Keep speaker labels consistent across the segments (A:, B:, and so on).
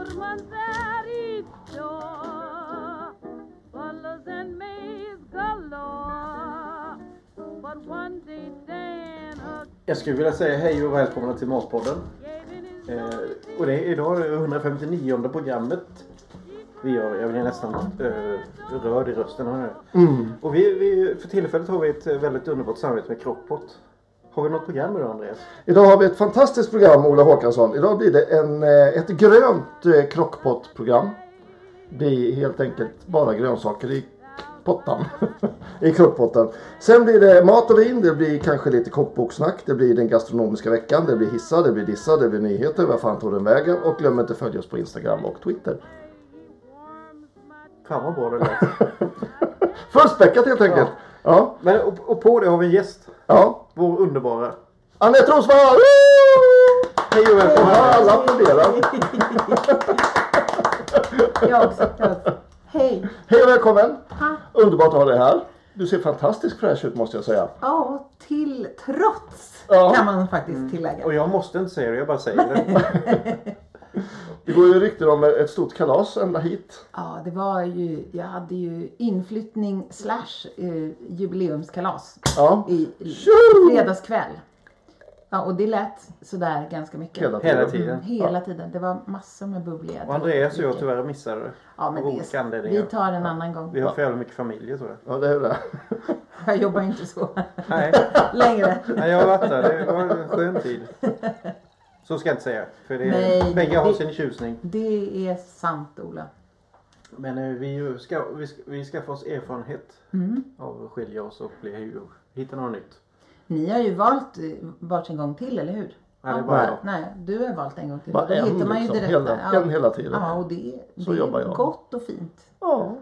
A: Orman there Bullers and maize galore But one day Dan
B: Jag skulle vilja säga hej och välkomna till Matpodden.
A: gave in his
B: Eh, och det, idag är det 159 programmet vi gör. Jag blir nästan eh, rörd i rösten här nu. Och vi, vi, för tillfället har vi ett eh, väldigt underbart samarbete med Crockpot. Har vi något program idag Andreas?
C: Idag har vi ett fantastiskt program Ola Håkansson. Idag blir det en, eh, ett grönt eh, krockpott-program. Det blir helt enkelt bara grönsaker i pottan. I krockpotten. Sen blir det mat och vin. Det blir kanske lite kockboksnack. Det blir den gastronomiska veckan. Det blir hissa, det blir dissa, det blir nyheter. Vad fan tog den vägen? Och glöm inte att följa oss på Instagram och Twitter.
B: Fan vad bra det lät.
C: Fullspäckat helt enkelt. Ja.
B: Men, och, och på det har vi en gäst.
C: ja.
B: Vår underbara.
C: Anette Rosman!
B: Hej och välkommen!
C: Ja, alla applåderar.
D: Jag också. Tack. Hej.
C: Hej och välkommen!
D: Tack.
C: Underbart att ha dig här. Du ser fantastiskt fräsch ut måste jag säga.
D: Ja, till trots
C: Ja.
D: kan man faktiskt tillägga.
B: Mm. Och jag måste inte säga det, jag bara säger det.
C: Det går ju rykten om ett stort kalas ända hit.
D: Ja, det var ju, jag hade ju inflyttning slash eh, jubileumskalas
C: Ja.
D: i, i
C: Tjoho!
D: fredagskväll. Ja, och det lät sådär ganska mycket. Mm,
C: Hela tiden.
B: Hela tiden.
D: Hela tiden. Det var massor med bubbliga.
B: Och Andreas och jag tyvärr missade det.
D: Ja, men
B: av
D: det
B: olika
D: är,
B: anledningar.
D: vi tar en annan gång.
B: Vi har för jävla mycket familjer tror jag.
C: Ja, det är det.
D: Jag jobbar inte så
B: Nej,
D: längre.
B: nej jag har varit där. Det var en skön tid. Så ska jag inte säga. För det
D: Nej,
B: bägge har
D: det-
B: sin tjusning.
D: Det är sant, Ola.
B: Men eh, vi, ju ska, vi, ska, vi skaffar oss erfarenhet
D: Mm.
B: av att skilja oss och bli hur, hitta något nytt.
D: Ni har ju valt eh, varsin gång till, eller hur?
B: Nej, det är bara
D: Ja,
B: jag.
D: Nej, du har valt en gång till.
C: Bara
D: Då
C: en,
D: hittar man ju
C: liksom.
D: direkt
C: Hela-
D: där. ja.
C: en hela tiden.
D: Ja, och det,
C: Så
D: det
C: jobbar
D: är
C: jag.
D: gott och fint.
C: Ja.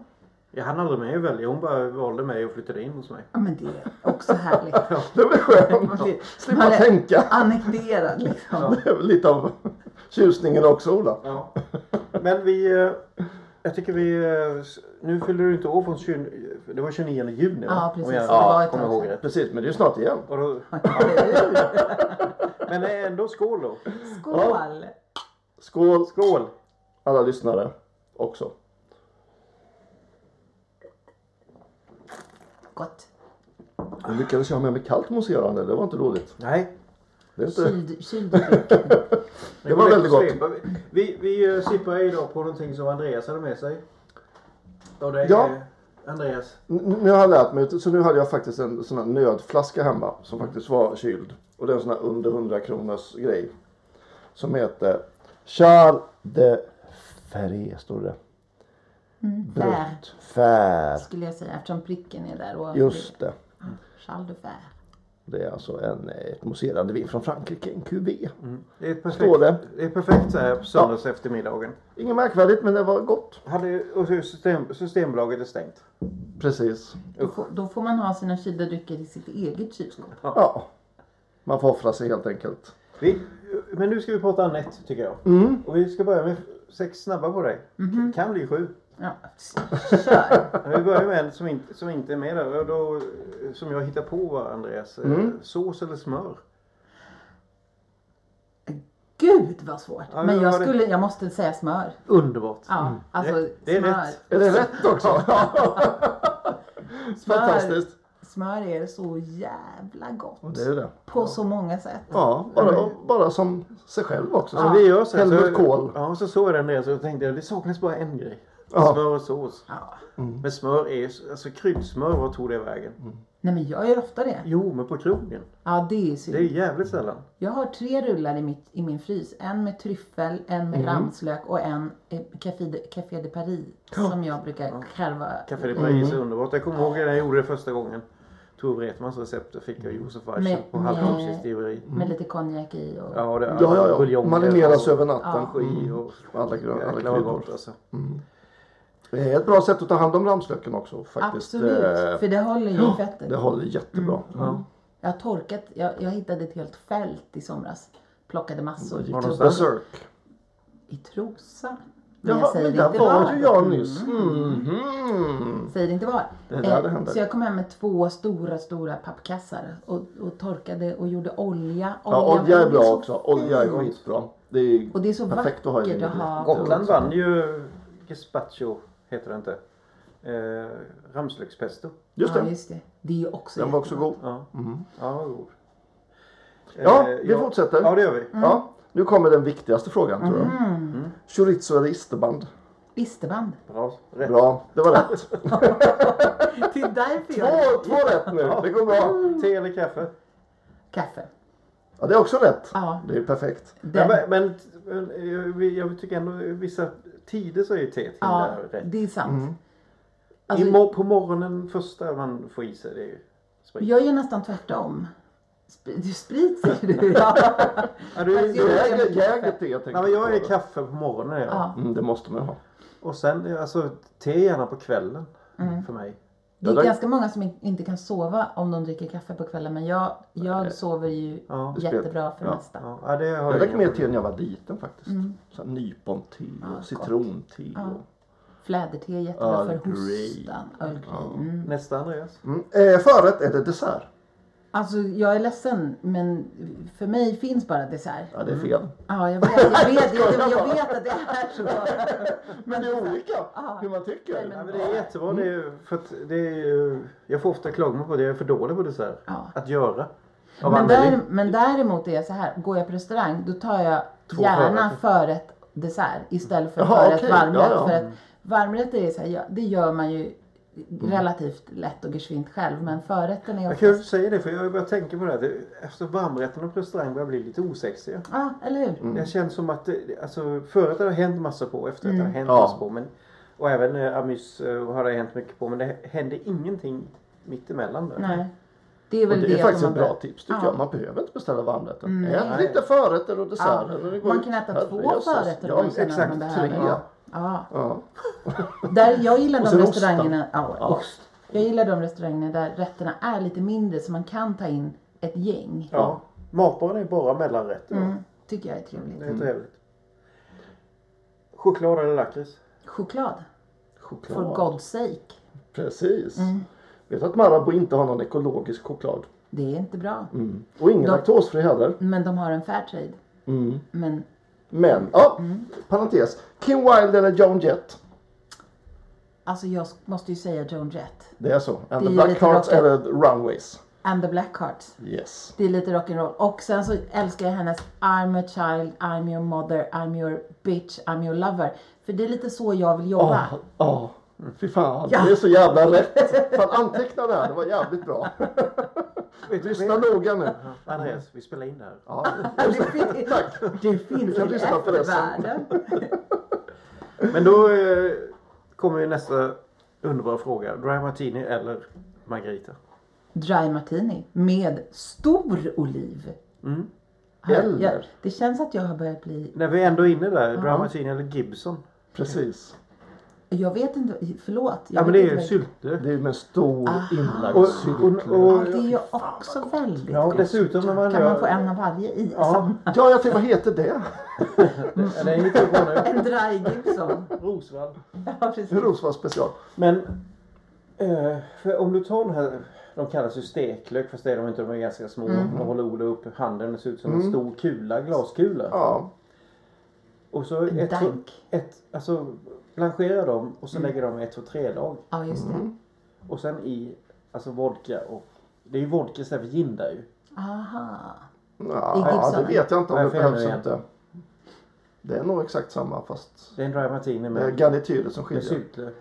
B: Jag hann aldrig med att välja. Hon bara valde mig och flyttade in hos mig.
D: Ja, men det är också härligt.
C: Det blir
D: Man blir-
C: skönt. Slippa
D: man är
C: tänka.
D: Annekterad liksom.
C: Det är väl lite av tjusningen också Ola.
B: Ja. Men vi... eh, Jag tycker vi... eh, s- Nu fyller du inte år från 20, Det var 29 juni va?
D: Ja, precis.
B: Om jag
D: Det var ett
B: kommer
D: tag
B: ihåg
D: sedan.
B: rätt.
C: Precis, men det är ju snart igen.
B: Och då, men ändå skål då.
D: Skål!
C: Skål
B: Skål!
C: alla lyssnare också.
D: Gott.
C: Jag lyckades jag ha med mig kallt mousserande. Det var inte dåligt.
B: Nej.
C: Det, är inte...
D: Kyld, kyld dryck.
C: det var väldigt gott.
B: Svepa. Vi, vi, vi eh, sippar idag på någonting som Andreas hade med sig. Och det är
C: Ja.
B: Andreas.
C: N- Nu har jag lärt mig. Så nu hade jag faktiskt en sån här nödflaska hemma som faktiskt var kyld. Och det är en sån här under 100 kronors grej. Som heter Charles de Ferré står det.
D: Där
C: Brutt. Fär.
D: skulle jag säga eftersom pricken är där. Och
C: Just det.
D: Charles de Fer.
C: Det är alltså en, ett mousserande vin från Frankrike, en QV.
B: Det är ett
C: Står
B: perfekt,
C: det?
B: det? är perfekt så här på söndags eftermiddagen.
C: Inget märkvärdigt men det var gott.
B: Hade, och så system, Systembolaget är stängt.
C: Precis.
D: Då får, då får man ha sina kylda drycker i sitt eget kylskåp.
C: Ja. Man får offra sig helt enkelt.
B: Vi, men nu ska vi prata Anette tycker jag.
C: Mm.
B: Och vi ska börja med sex snabba på dig. Kan bli sju.
D: Ja, kör!
B: Men vi börjar med en som inte, som inte är med där. Och då, som jag hittar på va, Andreas.
C: Mm.
B: Eh, Sås eller smör?
D: Gud vad svårt.
B: Ja,
D: Men
B: det
D: jag,
B: var det.
D: skulle, jag måste säga smör.
B: Underbart.
D: Ja, alltså
B: Det- det är
D: smör.
B: rätt.
C: Är det rätt också? Fantastiskt.
D: Smör är så jävla gott.
C: Det är det.
D: På så många sätt.
C: Ja, bara, bara som sig själv också.
B: Så vi gör så här.
C: Helmut
B: så,
C: Kohl.
B: Ja, och så såg jag den där så tänkte jag det saknas bara en grej.
C: Ja.
B: Smör och sås.
D: Ja.
B: Men smör är, alltså kryddsmör, vart tog det vägen?
C: Mm.
D: Nej men jag gör ofta det.
B: Jo, men på krogen.
D: Ja det är synd.
B: Det är jävligt sällan.
D: Jag har tre rullar i, mitt, i min frys. En med tryffel, en
B: Mm.
D: med ramslök och en eh, Café de, Café de Paris. Som jag brukar karva.
B: Mm.
C: Mm.
B: Café de Paris är underbart. Jag kommer ihåg när jag gjorde det första gången. Tor Wretmans recept och fick jag
C: Mm.
B: Josef
D: Med-
B: Weichel på
D: med-
B: halvkapselsdiveri.
D: Med lite konjak i och...
B: Ja, det är
C: Ja, ja, ja.
B: buljonger
C: Marineras
B: och
C: över natten.
B: Energi och
C: Alla gröna, alla
B: jäklar vad
C: kryddor.
B: gott alltså.
C: Det är ett bra sätt att ta hand om ramslöken också faktiskt.
D: Absolut,
C: Eh,
D: för det håller ju fettet.
C: Det håller jättebra. Mm.
D: Jag har torkat, jag, jag hittade ett helt fält i somras. Plockade massor.
B: Var
D: tog-
B: någonstans?
C: Berserk.
D: I Trosa. Men jag
C: Ja,
D: säger
C: men där
D: inte
C: var
D: var.
C: ju jag nyss. Mhm.
D: Säger inte var. Eh,
C: är där det händer.
D: så jag kom hem med två stora, stora pappkassar och, och torkade och gjorde olja.
C: Ja, olja är
D: var
C: bra
D: så
C: också. Olja är skitbra. Det är,
D: Och det är så
C: perfekt att ha i
D: vackert att ha.
C: vinägret.
B: Gotland vann ju gazpacho, heter det inte. Eh, ramslökspesto.
C: Just
D: Ja,
C: det.
D: just det. Det är ju också
C: Den var också god.
B: Ja,
C: Mm.
B: ja vad god.
C: Ja,
B: Eh,
C: vi fortsätter.
B: Ja, det gör vi.
D: Mm.
C: Ja, nu kommer den viktigaste frågan tror jag. Mm. Chorizo eller isterband?
D: Isterband.
B: Bra. Rätt.
C: Bra, det var rätt.
D: Det är därför jag...
C: två, två rätt nu, det går
D: Mm.
C: bra.
B: Te eller kaffe?
D: Kaffe.
C: Ja, det är också rätt.
D: Ja.
C: Det är perfekt.
D: Den,
B: Men, men, men eh, jag, jag tycker ändå vissa tider så är ju te till
D: ja,
B: där rätt.
D: det är sant.
C: Mm.
B: I
D: Alltså,
B: mor- på morgonen första man får i sig det är ju sprit.
D: Jag gör nästan tvärtom. Sp- Du sprit säger du. Ja.
B: Ja, du,
D: Fast
B: du,
D: Alltså, jag-
B: jag,
C: Jäger, jägret är jag tänker
B: ja, men jag
C: på.
B: är kaffe på morgonen. Ja.
D: Ja.
C: Mm, det måste man ju ha.
B: Och sen alltså te gärna på kvällen
D: Mm.
B: för mig.
D: Det är
C: där-
D: ganska många som in- inte kan sova om de dricker kaffe på kvällen men jag, jag sover ju
B: Ja.
D: jättebra för det mesta.
B: Ja, ja, det har
C: Jag
B: jag
C: drack
B: inga
C: mer
B: problem
C: te när jag var liten faktiskt.
D: Mm.
C: Så här, nyponte och citronte och...
D: Fläderte är jättebra för
C: Earl Grey.
D: hostan. Earl Grey. Mm.
B: med. Nästa Andreas.
C: Mm. Eh, förrätt eller dessert?
D: Alltså jag är ledsen men för mig finns bara dessert.
C: Ja, det är fel.
D: Ja, jag vet, jag vet, jag, jag, jag vet att det är så.
C: Men det är olika hur man tycker.
B: Ja, men det är jättebra. Det är, ju-
D: Mm.
B: för att det är, ju- jag får ofta klagomål på det. Jag är för dålig på dessert.
D: Ja.
B: Att göra. Av
D: Men,
B: Anneli.
D: där, men däremot är jag så här, går jag på restaurang då tar jag gärna förrätt dessert istället för
C: Jaha,
D: förrätt
C: okej. Ja,
D: varmrätt.
C: ja.
D: För att varmrätt är så här, ja, det gör man ju relativt lätt och geschwint själv men förrätten är
B: Mm. Jag kan ju
D: oftast...
B: säga det för jag börjar tänka på det här. Det- Efter varmrätten och restaurang börjar bli lite osexiga.
D: Ja, eller hur?
C: Mm.
B: Det känns som att det- alltså, förut har det hänt massa på och efterrätt har
D: Mm.
B: det hänt
C: Ja.
B: massa på. Men, och även eh, amys eh, har det hänt mycket på. Men det hände ingenting mittemellan. där.
D: Nej. Det är
C: Och
D: väl det,
C: det är faktiskt
D: som
C: ett
D: man
C: bra
D: bör-
C: tips tycker
D: Ja. Mm.
C: jag. Man behöver inte beställa varmrätten. Ät lite förrätter och desserter. och det går
D: Man
C: ju-
D: kan äta
C: Herre
D: två
C: jösses.
D: förrätter
C: Ja,
D: om man känner att
C: exakt.
D: man
C: Tre.
D: behöver.
C: Ja.
D: Ja.
C: Ja.
D: Där, jag gillar de
C: sen osten.
D: restaurangerna, ja, ost. Jag gillar de restaurangerna där rätterna är lite mindre så man kan ta in ett gäng.
B: Ja. Matbaren är bara mellanrätter.
D: Mm.
B: va?
D: Tycker jag är trevligt.
B: Det
C: Mm.
B: är trevligt. Choklad eller lakrits?
D: Choklad. For
C: Choklad.
D: God's sake.
C: Precis.
D: Mm.
C: Vet att Marabou inte har någon ekologisk choklad.
D: Det är inte bra.
C: Mm. Och ingen laktosfri heller.
D: Men de har en Fairtrade.
C: Mm.
D: Men
C: Men, ja, parentes. Kim Wilde eller Joan Jett?
D: alltså jag s- måste ju säga Joan Jett.
C: Det är så. And
D: Det
C: the
D: är
C: Black
D: lite
C: Hearts
D: rockigt.
C: eller Runways?
D: And the Blackhearts.
C: Yes.
D: Det är lite rock'n'roll. Och sen så älskar jag hennes I'm a child, I'm your mother, I'm your bitch, I'm your lover. För det är lite så jag vill jobba.
C: Ja, ja. fy fan.
D: Ja.
C: Det är så jävla rätt. Fan, anteckna det här. Det var jävligt bra.
B: Vet du,
C: Lyssna noga nu.
B: Andreas, vi spelar in det här.
C: Ja.
D: Det finns, Tack. Det finns
C: kan
D: en
C: lyssna på det sen.
D: eftervärlden.
B: Men då eh, kommer ju nästa underbara fråga. Dry Martini eller Margarita?
D: Dry martini med stor oliv.
B: Mm.
D: Har jag-
C: Eller?
D: Jag, det känns att jag har börjat bli...
B: När vi ändå är inne där, Dry Martini eller Gibson?
C: Precis.
D: Jag vet inte, förlåt. Jag
B: Ja men
D: vet
B: det
D: inte
B: är ju
D: vad-
B: sylte.
C: Det är med stor
B: Och,
C: inlagd
B: och,
C: syltklädd.
D: Ja,
B: och,
D: det är ju också väldigt
B: ja, och
D: gott.
B: dessutom när man
D: Kan man få
B: gör...
D: en av varje i?
B: Ja,
C: Ja, jag tänkte, vad heter det?
B: ja, det är inte bra nu.
D: En dry Gibson.
B: Rosvall.
D: Ja, precis.
C: Rosvall special.
B: Men eh, för om du tar den här, de kallas ju steklök fast det är de inte, de är ganska små. De håller Ola upp handen, det ser ut som en stor kula, glaskula.
C: Ja,
B: Och så ett,
D: dank.
B: ett, alltså blanchera dem och så lägger de ett, två, tre lag.
D: Ja, just det.
B: Och sen i, alltså vodka och, det är ju vodka istället för gin där ju.
D: Aha.
C: ja det
D: Gibson.
C: vet jag inte om det
B: Nej, fel nu
C: behövs
B: igen.
C: inte. Det är nog exakt samma fast
B: Det är en dry martini
C: det är
B: med,
C: garnityret som
B: med
C: skiljer.
B: syltlök.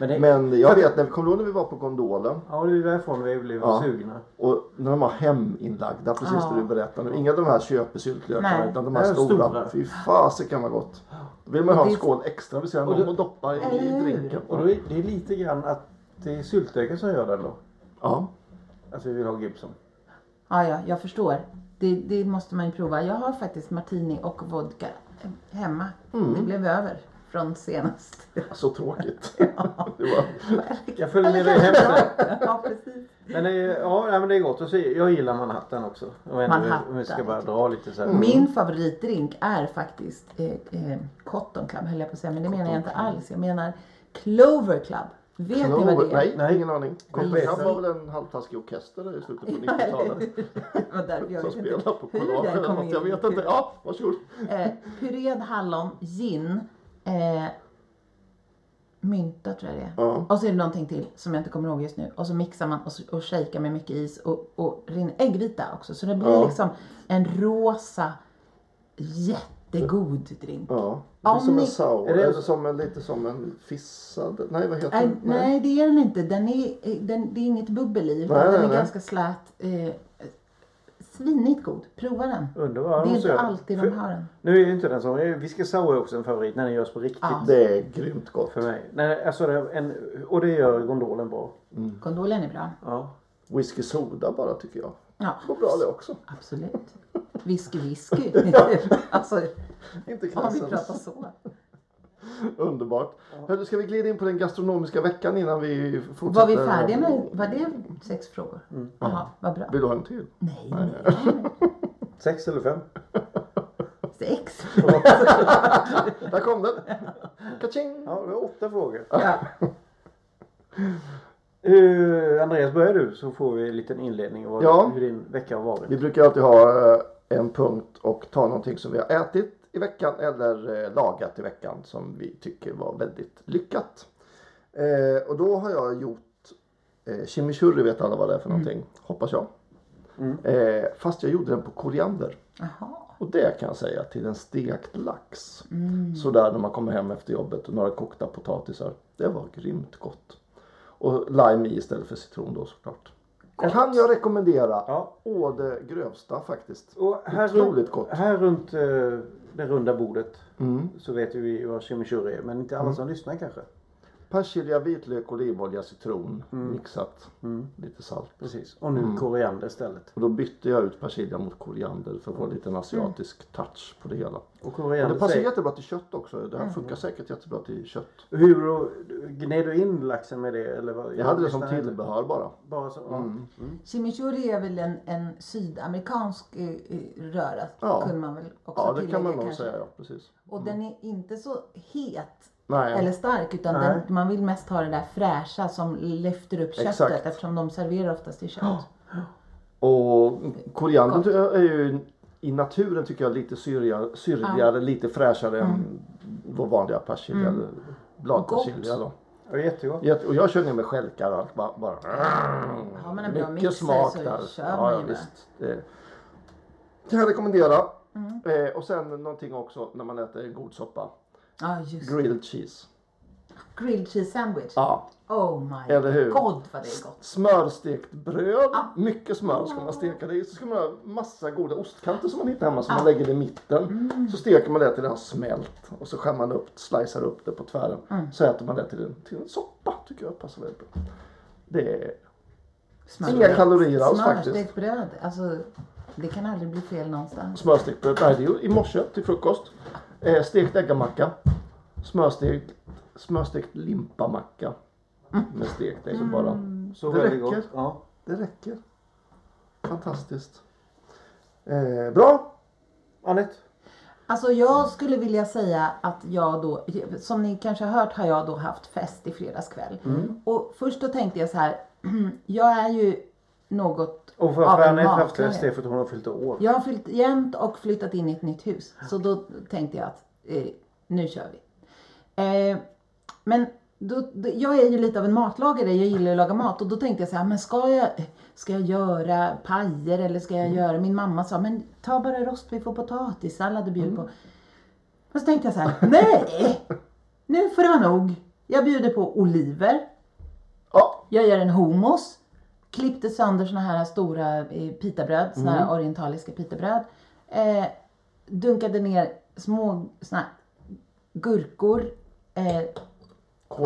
B: Men, det,
C: Men jag vet, när vi kom då när vi var på Gondolen
B: ja det är ju därifrån vi blev sugna.
C: och när de var heminlagda precis
D: Ja.
C: det du berättade nu. Inga av de här köpesyltlökarna
D: Nej.
C: utan de här
B: Det är
C: stora.
B: stora.
C: Fy fasiken vad gott. Då vill man ha en
D: det-
C: skål extra vid sidan om och doppa i, i
D: Eller hur?
C: drinken.
B: Och då är, det är lite grann att det är syltlöken som gör den då.
C: Ja,
B: Att vi vill ha Gibson.
D: Ja, ja, jag förstår. Det, det måste man ju prova. Jag har faktiskt martini och vodka hemma.
C: Mm.
D: Det blev över från senast.
C: Så tråkigt. det var...
B: Jag följer med dig hem sen.
D: ja, precis.
B: Men det är, ja, nej, men det är gott att se. Jag gillar Manhattan också. Om jag ändå- Om vi ska
D: Manhattan. Mm.
B: bara dra lite så här.
C: Mm.
D: Min favoritdrink är faktiskt eh, eh, Cotton Club höll jag på att säga. Men det menar jag inte alls. Jag menar Clover Club. Vet ni vad det är?
C: Nej, nej, ingen aning.
B: Kompis.
C: Kompisen var väl en halvtaskig orkester i slutet på 90-talet.
D: Det var därför jag
C: Som
D: vet inte
C: spelade på
D: hur
C: Polar
D: det
C: eller
D: kom
C: något.
D: in
C: Jag
D: i
C: vet
D: mitt
C: inte.
D: huvud.
C: Ja, varsågod.
D: Eh, puréd hallon, gin, eh, mynta tror jag det är.
C: Ja.
D: Och så är det någonting till som jag inte kommer ihåg just nu. Och så mixar man och, så- och shakar med mycket is och, och rinner äggvita också. Så det blir
C: Ja.
D: liksom en rosa jättegod drink.
C: Ja. Det är
D: Om
C: som en
D: ni-
C: sour.
B: Är det-
C: Eller som en, lite som en fissad. Nej, vad heter
D: Nej,
C: den?
D: Äh, nej det är den inte. Den är, eh, den, det är inget bubbel i. utan
C: Nej,
D: den är
C: nej, nej.
D: ganska slät. Eh, svinigt god. Prova den.
B: Underbar.
D: Det är
B: måste
D: inte
B: jag-
D: alltid de
B: För-
D: har den.
B: Nu är ju inte den som... Whisky Sour är också en favorit när den görs på riktigt.
D: Ja.
C: Det är grymt gott.
B: För mig. Nej, alltså det är en, och det gör gondolen bra.
D: Gondolen är bra.
B: Ja.
C: Whisky soda bara tycker jag.
D: Ja.
C: Går bra det också.
D: Absolut. Whisky, whisky. alltså,
C: Inte
D: om vi pratar
C: klassens.
D: så.
C: Underbart. Hörru, ska vi glida in på den gastronomiska veckan innan vi fortsätter?
D: Var vi färdiga
C: eh,
D: med, var det sex frågor?
C: Mm.
D: Jaha, vad bra.
C: Vill du ha en till?
D: Nej, nej.
B: Sex eller fem?
D: Sex?
C: Där kom den! Kaching!
B: Ja, det är åtta frågor.
D: Ja.
B: Eh, Andreas, börjar du så får vi en liten inledning av vad-
C: Ja.
B: hur din vecka har varit.
C: Vi brukar alltid ha eh, en punkt och ta någonting som vi har ätit i veckan eller eh, lagat i veckan som vi tycker var väldigt lyckat. Eh, Och då har jag gjort eh, chimichurri vet alla vad det är
D: Mm.
C: för någonting, hoppas jag. Eh, Fast jag gjorde den på koriander.
D: Jaha.
C: Och det kan jag säga till en stekt lax.
B: Mm.
C: Sådär när man kommer hem efter jobbet och några kokta potatisar. Det var grymt gott. Och lime i istället för citron då såklart. Kan jag rekommendera
B: Ja.
C: å det grövsta faktiskt.
B: Och här,
C: Otroligt
B: runt,
C: gott.
B: här runt eh, det runda bordet så vet ju vi vad chimichurri är, men inte alla som lyssnar kanske.
C: Persilja, vitlök, olivolja, citron mixat. Lite salt.
B: Mm. Precis. Och nu koriander istället.
C: Och då bytte jag ut persilja mot koriander för att få en liten asiatisk touch på det hela.
B: Och
C: Och det
B: koriander
C: passar
B: Mm. säger, Mm.
C: jättebra till kött också. Det här funkar säkert jättebra till kött.
B: hur då, gned du in laxen med det? Eller vad?
C: Jag hade det som Mm.
B: lyssnar-
C: tillbehör bara.
B: Bara så, ja.
D: Chimichurri är väl en, en sydamerikansk eh, eh, röra?
C: Ja.
D: Kunde man väl också
C: Ja, det
D: tillägga
C: kan man nog
D: kanske.
C: säga. Ja, precis.
D: Och den är inte så het
C: Nej.
D: eller stark utan den, man vill mest ha det där fräscha som lyfter upp köttet
C: Exakt.
D: eftersom de serverar oftast i kött.
C: Och koriander ty- är ju i naturen tycker jag lite syrja- syrligare, lite fräschare
D: Mm.
C: än vår vanliga persilja eller bladpersilja. Då.
B: Det var jättegott.
C: Jätte- Och jag kör ner med stjälkar och allt. Bara, bara,
D: Har man en bra
C: mycket
D: mixer
C: smak
D: så
C: där.
D: kör man ju bara.
C: visst. Det kan jag rekommendera.
D: Mm.
C: Eh, och sen någonting också när man äter en god soppa.
D: Ja, just det.
C: Grilled cheese.
D: Grilled cheese sandwich.
C: Ja,
D: Oh my
C: Eller hur?
D: god vad det är gott.
C: Smörstekt bröd, mycket smör ska man steka det i. Så ska man ha massa goda ostkanter som man hittar hemma som man lägger i mitten. Så steker man det till det har smält och så skär man upp, slicear upp det på tvären. Så äter man det till en, till en soppa, tycker jag passar väldigt bra. Det är
D: Smör.
C: inga kalorier alls faktiskt.
D: Smörstekt bröd, alltså det kan aldrig bli fel någonstans.
C: Smörstekt bröd, nej det är ju i morse till frukost. Eh, stekt äggamacka, smörstekt, smörstekt limpamacka med stekt ägg bara.
B: Så
C: Det
B: väldigt
C: räcker.
B: gott. Ja.
C: Det räcker. Fantastiskt. Eh, bra!
B: Anette?
D: Alltså jag skulle vilja säga att jag då, som ni kanske har hört har jag då haft fest i fredags kväll.
C: Mm.
D: Och först då tänkte jag så här, jag är ju något
B: Och för att Anette haft
D: maklare.
B: fest är för att hon har fyllt år.
D: Jag har fyllt jämnt och flyttat in i ett nytt hus. Så då tänkte jag att eh, nu kör vi. Eh, men då, då, jag är ju lite av en matlagare, jag gillar ju att laga mat. Och då tänkte jag så här, men ska jag, ska jag göra pajer eller ska jag göra... Min mamma sa, men ta bara rostbiff och potatissallad och bjud på. Men så tänkte jag så här, nej! Nu får det vara nog. Jag bjuder på oliver.
C: Ja,
D: Jag gör en hummus. Klippte sönder såna här stora eh, pitabröd, såna
C: Mm.
D: här orientaliska pitabröd. Eh, dunkade ner små såna här gurkor. Eh,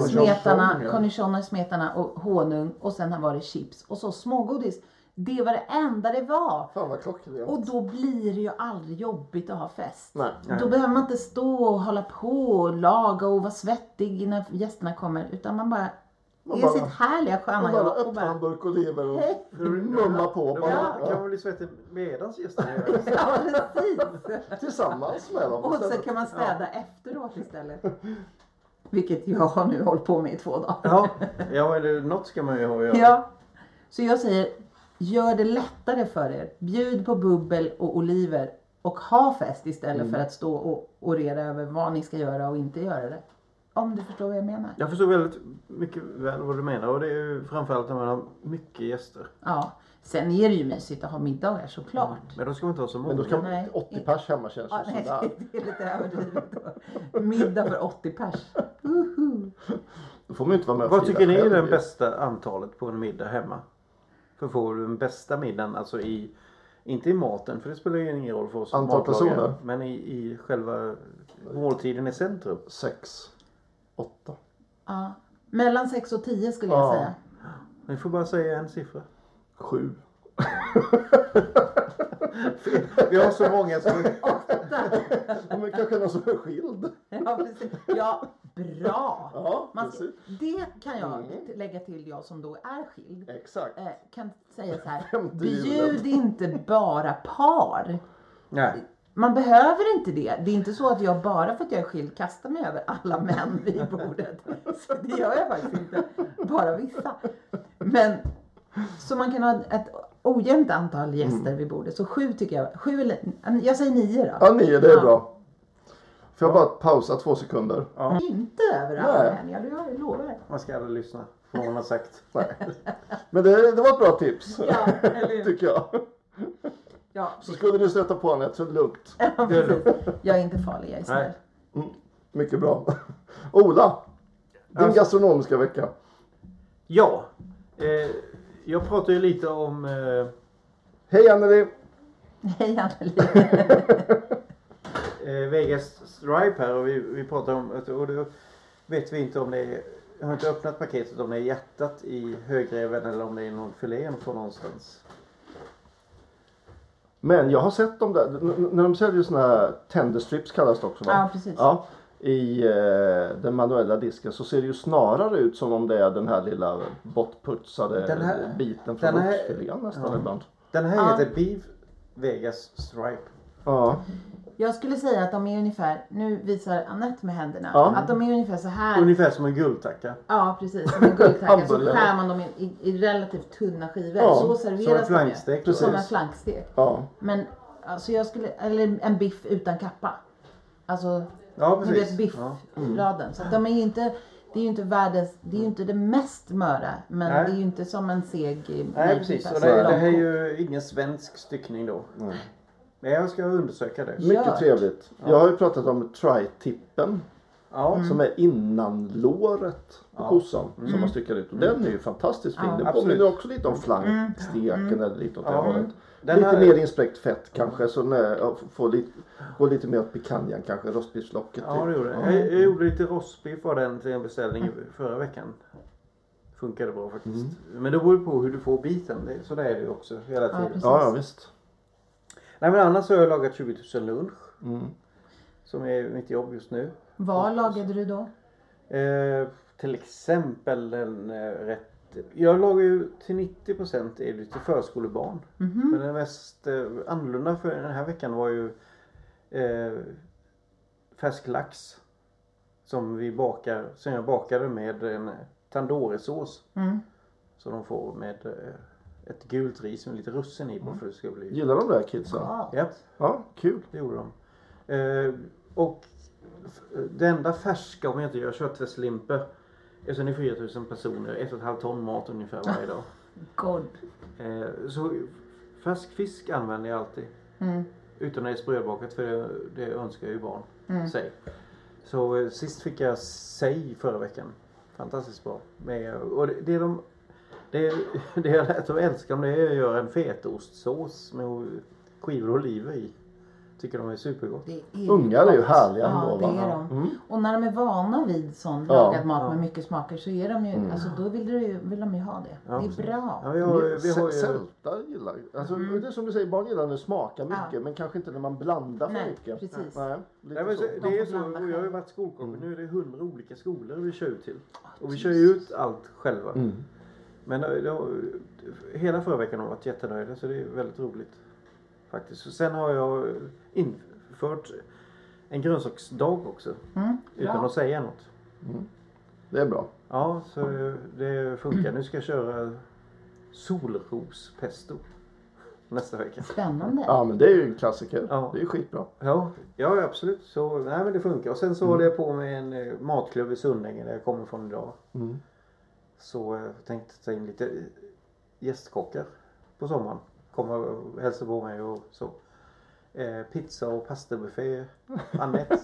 D: smetarna,
C: Cornichon, ja.
D: cornichoner, smetarna och honung och sen var det chips och så smågodis. Det var det enda det var.
C: Fan vad klockrent.
D: Och då blir det ju aldrig jobbigt att ha fest.
C: Nej.
D: Då behöver man inte stå och hålla på och laga och vara svettig när gästerna kommer utan man bara
C: Man
D: gör
C: bara-
D: sitt härliga
C: Man
D: sköna
C: bara
D: jobb och
C: öppnar en
D: bara
C: burk och lever och
D: Hej.
C: mumma på. Bara,
B: Då kan
C: ja.
B: man bli svettig medans gästerna gör det.
D: Ja precis!
C: Tillsammans med dem.
D: Och så
C: istället.
D: kan man städa efteråt istället. Vilket jag har nu hållit på med i två dagar.
B: Ja, ja eller något ska man ju ha att göra.
D: Ja. Så jag säger, gör det lättare för er. Bjud på bubbel och oliver och ha fest istället för att stå och orera över vad ni ska göra och inte göra det. Om du förstår vad jag menar.
B: Jag förstår väldigt mycket väl vad du menar och det är ju framförallt när man har mycket gäster.
D: Ja. Sen är det ju mysigt att ha middagar såklart.
B: Men då ska man inte ha så många.
C: Men då ska man
D: Nej.
C: 80 pers hemma känns
D: Ja,
C: det
D: nej,
C: sådär.
D: det är lite överdrivet då. Middag för 80 pers. Uhu.
C: Då får man ju inte vara med och
B: Vad
C: fira
B: tycker ni är
C: själv
B: det
C: ju.
B: bästa antalet på en middag hemma? För får du den bästa middagen, alltså i, inte i maten för det spelar ju ingen roll för oss som
C: Antal
B: matlagare,
C: personer?
B: Men i, i själva måltiden i centrum.
C: Sex. Åtta.
D: Ja. Mellan 6 och 10 skulle jag
C: Ja.
D: säga.
B: Ni får bara säga en siffra.
C: Sju.
B: Vi har så många som...
C: Ja, men kanske någon som är skild.
D: Ja, precis. Ja, bra!
C: Ja,
D: Man,
C: precis. Mm.
D: det kan jag t- lägga till jag som då är skild.
C: Exakt.
D: eh, kan säga så här.
C: Femte hjulet.
D: Bjud inte bara par.
B: Nej.
D: Man behöver inte det. Det är inte så att jag bara för att jag är skild kastar mig över alla män vid bordet. Så det gör jag faktiskt inte. Bara vissa. Men så man kan ha ett ojämnt
C: Mm.
D: antal gäster vid bordet. Så sju tycker jag. Sju eller, jag säger nio då.
C: Ja, nio. Det är bra. Får jag bara pausa två sekunder?
D: Inte över alla
C: Nej.
D: män. Jag jag lovar det.
B: Man ska aldrig lyssna på vad hon har sagt.
C: Men det, det var ett bra tips.
D: Ja, eller hur?
C: Tycker jag.
D: Ja,
C: Så skulle du stöta på Anette så är det lugnt.
D: precis. Jag är inte farlig, jag är snäll.
B: Nej.
C: Mycket bra. Ola.
B: Alltså-
C: Din gastronomiska vecka.
B: Ja. Eh, jag pratade ju lite om... Eh,
C: Hej Anneli.
D: Hej Anneli.
B: eh, Vegas Stripe här och vi, vi pratar om att- och då vet vi inte om det är jag har inte öppnat paketet om det är hjärtat i högreven eller om det är någon filén från någonstans.
C: Men jag har sett dem där. N- n- när de säljer såna här tenderstrips kallas det också va?
D: Ja, precis.
C: Ja, I eh, den manuella disken så ser det ju snarare ut som om det är den här lilla bortputsade
B: Den här-
C: biten
B: den
C: från
B: här-
C: oxfilén nästan
B: ja.
C: ibland.
B: Den här heter Beef Vegas Stripe.
C: Ja,
D: Jag skulle säga att de är ungefär, nu visar Annette med händerna,
C: Ja.
D: att de är ungefär så här.
B: Ungefär som en guldtacka.
D: ja precis, som en guldtacka så
C: Hamburgare.
D: skär man dem i, i, i relativt tunna skivor.
C: Ja,
D: så
B: Som en
D: serveras de ju.
B: flankstek. då.
D: Som en flankstek.
C: ja.
D: Men alltså jag skulle, eller en biff utan kappa. Alltså,
B: Ja,
D: ni
B: precis.
D: vet biffraden.
B: Ja.
D: Så att de är ju inte, det är ju inte världens, det är ju inte det mest möra. Men
B: Nej.
D: det är ju inte som en seg eh,
B: Nej
D: biff,
B: precis.
D: alltså,
B: Och det,
D: lång
B: det här är
D: kok.
B: ju ingen svensk styckning då. Men jag ska undersöka det.
C: Mycket
D: Gör.
C: trevligt. Jag har ju pratat om tri-tippen
B: Ja. Mm.
C: som är innanlåret på kossan som man styckar ut. Och den är ju fantastiskt fin. Den
B: Absolut. Mm.
C: påminner också lite om flanksteken eller lite åt det
B: Ja. Mm.
C: hållet.
B: Den
C: lite
B: här-
C: mer inspräckt fett kanske. Så när, ja, f- får lite, går lite mer åt picanjan kanske. Rostbiffslocket.
B: Ja,
C: typ.
B: det gjorde jag. Jag, jag gjorde lite rostbiff av den till en beställning i- förra veckan. Funkade bra faktiskt. Men det beror ju på hur du får biten. Det, så det är det ju också hela tiden.
D: precis.
C: Ja, ja visst.
B: Nej men annars har jag lagat 20 000 lunch. Som är mitt jobb just nu.
D: Vad lagade du då?
B: Eh, till exempel en eh, rätt jag lagar ju till 90% är det till förskolebarn. Men den mest eh, annorlunda för den här veckan var ju eh, färsk lax. Som vi bakar, som jag bakade med en tandorisås. Som de får med eh, ett gult ris med lite russin i på för det ska bli.
C: Gillar de det här kidsen?
B: Japp.
C: Ja, kul.
B: Det gjorde de. Eh, och f- det enda färska om jag inte gör köttfärslimpe eftersom det är 4000 personer, ett och ett halvt ton mat ungefär varje dag.
D: God.
B: Eh, så färsk fisk använder jag alltid. Utan när det är sprödbakat för det, det önskar ju barn. Sig. Så eh, sist fick jag sej förra veckan. Fantastiskt bra. Med, och det, det, är de, det, det jag lärt mig att älska om det är att göra en fetostsås med skivor oliver i. Tycker de är supergott.
D: Det är
C: Ungar är ju
D: gott.
C: härliga
D: Ja,
C: ändå,
D: det
C: va? Mm.
D: är de. Och när de är vana vid sån
C: Ja. Mm.
D: lagad mat med mycket smaker så är de ju, alltså då vill, du, ju- vill de ju ha det. det är bra.
B: Ja, vi har, ju- Mm. vi har
C: Sä-
B: ju...
C: Sältar gillar ju- alltså, Det är som du säger, barn gillar när det smakar mycket men kanske inte när man blandar för
D: Nej,
C: mycket.
D: precis.
C: Nej, lite
B: Nej, men så,
C: så.
B: det är
D: får
B: så,
D: blanda
B: och jag har Mm. ju
D: själv.
B: varit skolkock och nu är det hundra olika skolor vi kör ut till. Och vi kör ju ut allt själva. Men eh, det har- hela förra veckan har jag varit jättenöjda så det är väldigt roligt. Faktiskt. Och sen har jag infört en grönsaksdag också. utan
D: bra.
B: att säga något.
C: Det är bra.
B: Ja, så det- det funkar. Nu ska jag köra solrospesto nästa vecka.
D: Spännande.
C: Ja men det är ju en klassiker.
B: Ja.
C: Det är ju skitbra.
B: Ja, ja absolut. Så, nej, men det funkar. Och sen så håller jag på med en eh, matklubb i Sundänge där jag kommer från idag. Så jag tänkte ta in lite eh, gästkockar på sommaren. Komma och hälsa på mig och så. Eh, pizza och pastabuffé. Anette.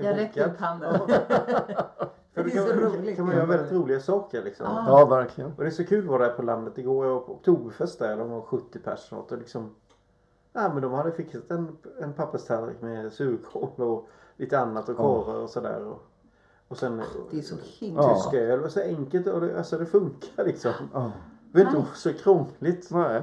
B: är
D: Jag räcker
B: bokad.
D: upp handen.
B: För
D: Det
B: då
D: är så
B: kan, man-
D: roligt.
B: kan man göra väldigt roliga saker liksom.
C: Ja verkligen.
B: Och det är så kul att vara där på landet. Igår var jag på Oktoberfest där. De var 70 personer och liksom. Ja men de hade fixat en, en papperstallrik med surkål och lite annat och korvar och sådär. Och, och sen
D: Ah, Det är så himla
C: Ja.
B: tyska öl. Det var så enkelt och det, alltså det funkar liksom. Det är inte
D: Ah.
B: så krångligt.
C: Nej.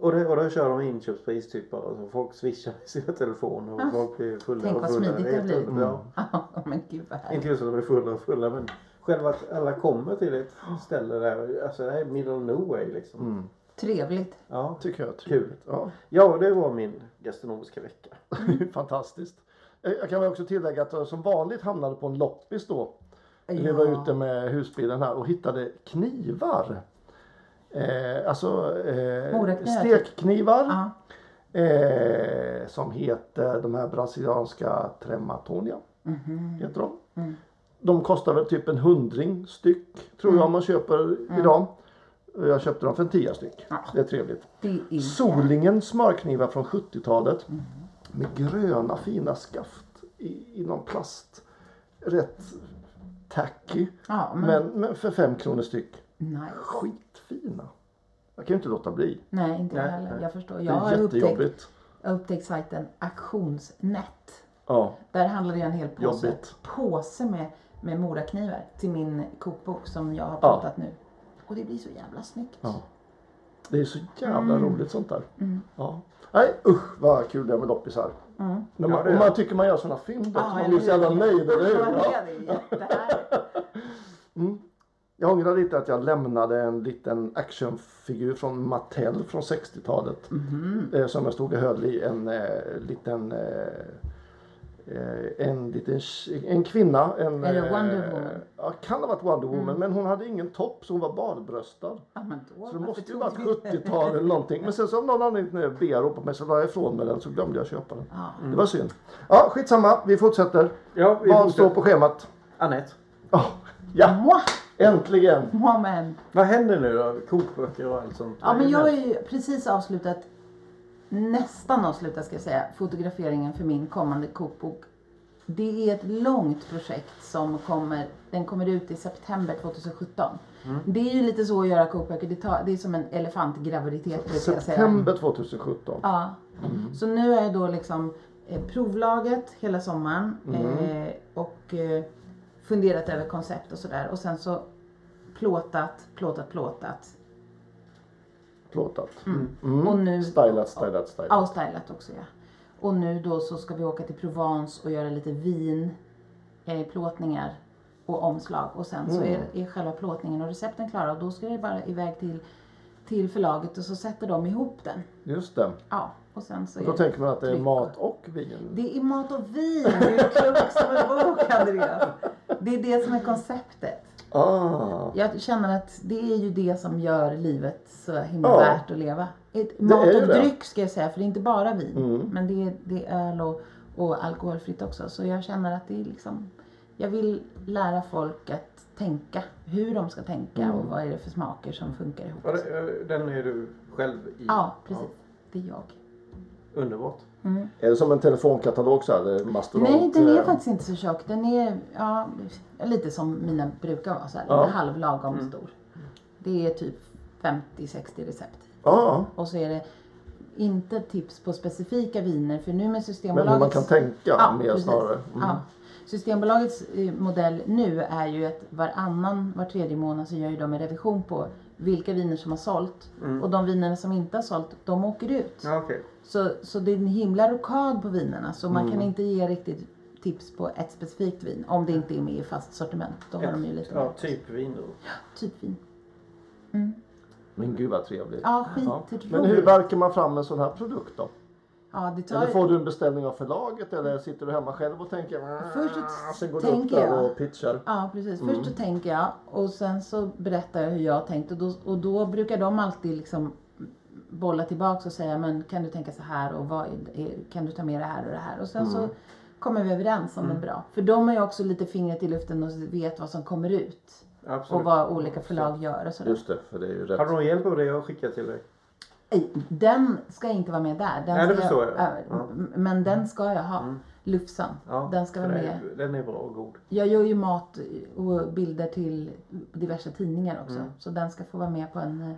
B: Och, det, och då kör de inköpspris typ bara. Och så folk swishar i sina telefoner och folk blir fulla
D: Ah. Tänk
B: och
D: vad
B: fulla.
D: smidigt
B: är
D: det
B: helt
D: blir. Mm.
B: underbart.
D: Ja, men gud vad härligt.
B: Inte just att de är fulla och fulla men själva att alla kommer till ett ställe där. Alltså det här är middle of nowhere liksom.
D: Mm. Trevligt.
B: Ja,
C: Tycker jag är
B: kul.
C: trevligt. Ja.
B: Ja, det var min gastronomiska vecka.
C: Fantastiskt. Eh, Jag kan väl också tillägga att jag som vanligt hamnade på en loppis då. Vi var ute med husbilen här och hittade knivar. Eh, alltså eh,
D: Moraknivar, typ.
C: stekknivar. Eh, som heter de här brasilianska trematonia. Heter de. De kostar väl typ en hundring styck tror jag man köper idag. Jag köpte dem för en tia styck. Det är trevligt.
D: Det är
C: Solingen smörknivar från 70-talet med gröna fina skaft i, i någon plast. Rätt tacky.
D: Ja, men-
C: men, men för fem kronor styck.
D: nice.
C: Skitfina. Jag kan ju inte låta bli.
D: Nej, inte jag heller. Jag förstår.
C: Det
D: Jag
C: är
D: har upptäckt,
C: jättejobbigt.
D: jag har upptäckt sajten Auktionsnet.
C: Ja.
D: Där handlade jag en hel påse,
C: Jobbigt.
D: påse med, med moraknivar till min kokbok som jag har pratat nu. Och det blir så jävla snyggt.
C: Det är så
D: Mm.
C: jävla roligt sånt där. Ja. Nej usch vad kul det är med loppisar. När man, och man tycker man gör sådana fynd också. Man blir så jävla nöjd, eller hur? Ja.
D: Ja, det är jättehärligt.
C: Jag ångrar lite att jag lämnade en liten actionfigur från Mattel från 60-talet.
D: Mhm.
C: Eh, som jag stod och höll i en eh, liten eh, eh, en liten tj- en kvinna. En,
D: Eller Wonder Mm.
C: eh,
D: Woman.
C: Ja, kan ha varit Wonder Woman men hon hade ingen topp så hon var barbröstad.
D: Ja, men då,
C: Så det
D: varför
C: måste ju
D: tog
C: varit
D: du-
C: 70-tal eller någonting. Men sen så av någon anledning när jag begär på mig så la jag ifrån mig den så glömde jag köpa den.
D: Ah.
C: Det var synd. Ja skitsamma, vi fortsätter.
B: Ja, vi
C: Vad
B: fortsätter.
C: står på schemat?
B: Anette,
C: Ja, ja,
D: Mwah!
C: äntligen!
D: Mwah, men.
B: vad händer nu då? Kokböcker och allt sånt.
D: Ja, men jag har ju precis avslutat, nästan avslutat ska jag säga, fotograferingen för min kommande kokbok. Det är ett långt projekt som kommer, den kommer ut i september 2017.
C: Mm.
D: Det är ju lite så att göra kokböcker, det, tar, det är som en elefantgraviditet brukar jag säga.
C: September 2017.
D: Ja.
C: Mm.
D: Så nu är jag då liksom eh, provlaget hela sommaren
C: Mm.
D: eh, och eh, funderat över koncept och sådär. Och sen så plåtat, plåtat, plåtat.
C: Plåtat.
D: Mm.
C: Mm.
D: Och nu...
C: Stylat, stylat, stylat.
D: Ja, och stylat också ja. Och nu då så ska vi åka till Provence och göra lite vin, eh, plåtningar och omslag. Och sen så
C: Mm.
D: är, är själva plåtningen och recepten klara och då ska det bara iväg till, till förlaget och så sätter de ihop den.
C: Just det.
D: Ja, och sen så är
C: Då
D: det
C: tänker man att det är
D: tryck.
C: mat och vin.
D: Det är mat och vin, du är klok som en bok Andreas. Det är det som är konceptet.
C: Ah,
D: Jag känner att det är ju det som gör livet så himla
C: Ja.
D: värt att leva. Ett, mat
C: är ju
D: och
C: det. Mm.
D: dryck ska jag säga, för det är inte bara vin. Men det är, det är öl och, och alkoholfritt också. Så jag känner att det är liksom, jag vill lära folk att tänka. Hur de ska tänka
C: Mm.
D: och vad är det för smaker som funkar ihop.
B: eh, Den är du själv i?
D: Ja, precis. Det är jag.
B: Underbart.
C: är det som en telefonkatalog så här? Det är mastodont,
D: Nej, den är
C: eh,
D: faktiskt inte så tjock. Den är ja, lite som mina brukar vara, så här, lite halvlagom
C: Mm.
D: stor. Det är typ 50-60 recept.
C: Ja,
D: Och så är det inte tips på specifika viner för nu med
C: Men
D: Systembolagets...
C: hur man kan tänka
D: Ja,
C: mer
D: precis.
C: snarare. Mm.
D: Ja. Systembolagets eh, modell nu är ju att varannan, var tredje månad så gör ju de en revision på vilka viner som har sålt.
C: Mm.
D: Och de vinerna som inte har sålt, de åker ut.
B: Ja, okej.
D: Så, så det är en himla rokad på vinerna så man
C: Mm.
D: kan inte ge riktigt tips på ett specifikt vin om det inte är med i fast sortiment. Då har de ju lite Typ
B: Ja, typ typvin då.
D: typvin.
C: Men gud vad trevligt.
D: Ja,
C: Men
D: skitroligt.
C: hur verkar man fram en sån här produkt då?
D: Ja, det
C: Eller får
D: tar...
C: du en beställning av förlaget eller sitter du hemma själv och tänker "Ah",
D: Först så
C: sen går du upp
D: tänker
C: där
D: jag.
C: och Mm. pitchar?
D: Ja, precis. Först så tänker jag och sen så berättar jag hur jag har tänkt och då, och då brukar de alltid liksom bolla tillbaks och säga men kan du tänka så här och vad är, är, kan du ta med det här och det här och sen
C: Mm.
D: så kommer vi överens om det bra. För de har ju också lite fingret i luften och vet vad som kommer ut och
B: Absolut.
D: vad olika förlag gör och sådär.
C: Just det, för det är ju
B: Har
C: rätt.
B: du någon hjälp av det jag skickar till dig?
D: Nej, Den ska inte vara med där. Den
B: Nej, det
D: ska
B: förstår jag.
D: över-
B: Ja. Mm.
D: m- Men den ska jag ha. Lufsan.
B: Ja,
D: den ska
B: för
D: vara
B: den
D: med.
B: är- Den är bra och god.
D: Jag gör ju mat och bilder till diverse tidningar också.
B: Mm.
D: Så den ska få vara med på en, eh,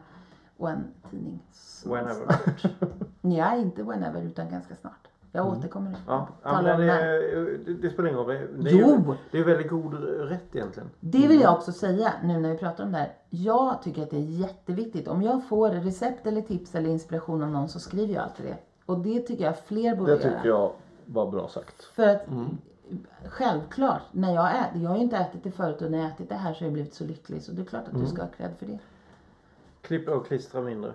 D: och en tidning. Så
B: Whenever.
D: Nej, inte whenever utan ganska snart. Jag återkommer.
B: Mm. Ja,
D: På
B: ja
D: tal
B: men
D: om
B: den
D: när.
B: är, det, det spelar ingen roll. Det är, ju-
D: Jo!
B: det är väldigt god rätt egentligen.
D: Det
C: Mm.
D: vill jag också säga nu när vi pratar om det här. Jag tycker att det är jätteviktigt. Om jag får recept eller tips eller inspiration av någon så skriver jag alltid det. Och det tycker jag fler borde
C: Det
D: göra.
C: tycker jag Mm. var bra sagt.
D: För att självklart, när jag äter, jag har ju inte ätit det förut och när jag ätit det här så har jag blivit så lycklig så det är klart att
C: Mm.
D: du ska ha cred för det.
B: Klippa och klistra mindre.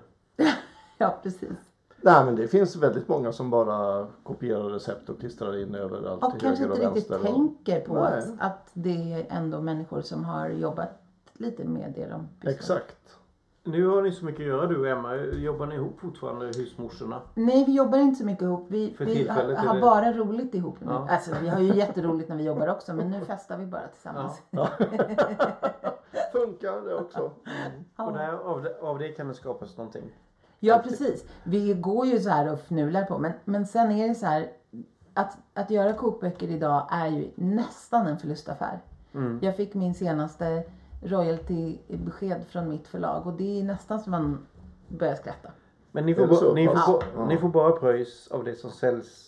D: Ja, precis.
C: Nej men det finns väldigt många som bara kopierar recept och klistrar in överallt
D: Och
C: till
D: kanske
C: höger och
D: inte riktigt
C: vänster. och-
D: tänker på
C: Nej.
D: att, att det är ändå människor som har jobbat lite med det de pysslar med.
C: Exakt.
B: Nu har ni så mycket att göra du och Emma. Jobbar ni ihop fortfarande husmorsorna?
D: Nej, vi jobbar inte så mycket ihop. Vi,
B: För
D: vi
B: tillfället
D: har,
B: är
D: har
B: det-
D: bara roligt ihop nu.
B: Ja.
D: Alltså, vi har ju jätteroligt när vi jobbar också men nu festar vi bara tillsammans.
C: Funkar det också.
B: Och där, av, det, av det kan det skapas någonting.
D: Ja precis. Vi går ju så här och fnular på men, men sen är det så här att, att göra kokböcker idag är ju nästan en förlustaffär.
B: Mm.
D: Jag fick min senaste royaltybesked från mitt förlag och det är nästan som man börjar skratta.
B: Men ni
C: Är
B: får,
C: det
B: ba,
C: så
B: ni, får
C: pass?
B: ba, ni får bara pröjs av det som säljs.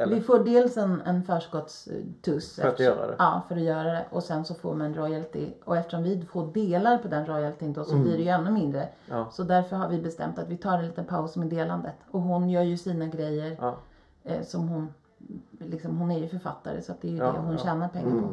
B: Eller?
D: Vi får dels en, en förskottstuss.
B: För att
D: eftersom-
B: göra det.
D: Ja, för att göra det. Och sen så får man en royalty. Och eftersom vi får delar på den royaltyn då så blir det ju ännu mindre.
B: Mm. Ja.
D: Så därför har vi bestämt att vi tar en liten paus med delandet. Och hon gör ju sina grejer.
B: Ja.
D: Eh, som hon, liksom, hon är ju författare så att det är ju
B: Ja,
D: det hon
B: ja. Mm,
D: tjänar pengar på.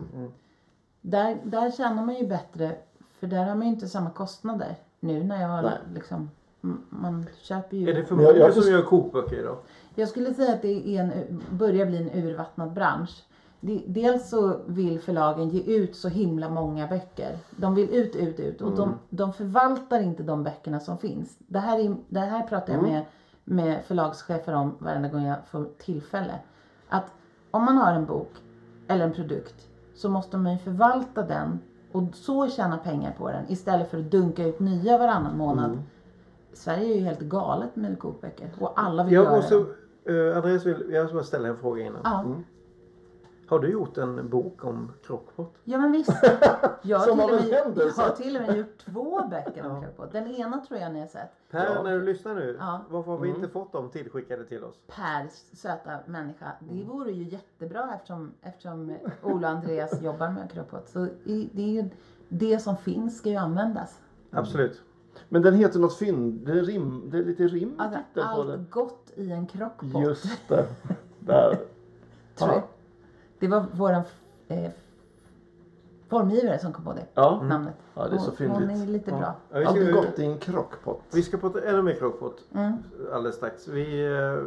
D: Där, där tjänar man ju bättre. För där har man ju inte samma kostnader. Nu när jag har
C: Nej.
D: liksom, m- man köper ju.
B: Är det för
C: Men jag-
B: många
C: jag
B: som
C: först-
B: gör kokböcker idag?
D: Jag skulle säga att det är en, börjar bli en urvattnad bransch. Det- Dels så vill förlagen ge ut så himla många böcker. De vill ut, ut, ut. Och de, de förvaltar inte de böckerna som finns. Det här, är, det här pratar jag med, med förlagschefer om varenda gång jag får tillfälle. Att om man har en bok eller en produkt så måste man ju förvalta den och så tjäna pengar på den istället för att dunka ut nya varannan månad. Sverige är ju helt galet med kokböcker och alla vill
B: Jag
D: göra
B: måste,
D: dem.
B: eh, Andreas, vill, jag måste bara ställa en fråga innan.
D: Ja.
C: Mm.
B: Har du gjort en bok om krockpot?
D: ja, men visst. Jag har,
C: Som
D: till
C: av
D: och
C: en
D: med, jag
C: händelse.
D: har till och med gjort två böcker om Kröpo. Den ena tror jag ni har sett.
B: Per, när du lyssnar nu.
D: Ja.
B: Varför har vi
C: Mm.
B: inte fått dem tillskickade till oss?
D: Per, söta människa. Det
C: Mm.
D: vore ju jättebra eftersom, eftersom Ola och Andreas jobbar med Kröpot. Så i- det är ju det som finns ska ju användas.
B: Absolut.
C: Men den heter något fynd. Det är, rim, det är lite rim i
D: Alltså,
C: titeln på den.
D: allt gott i en krockpot.
C: Just det. Där.
D: tror jag.
C: Ja.
D: Det var vår eh, formgivare som kom på det
C: Ja.
D: namnet.
C: Mm. Ja, det är så
D: Hon- Hon
C: fyndigt.
D: är lite bra.
B: Ja, vi,
C: Allt
B: ska,
C: gott i en krockpott.
B: vi ska prata ännu mer krockpot
D: Mm.
B: alldeles strax. Vi, eh,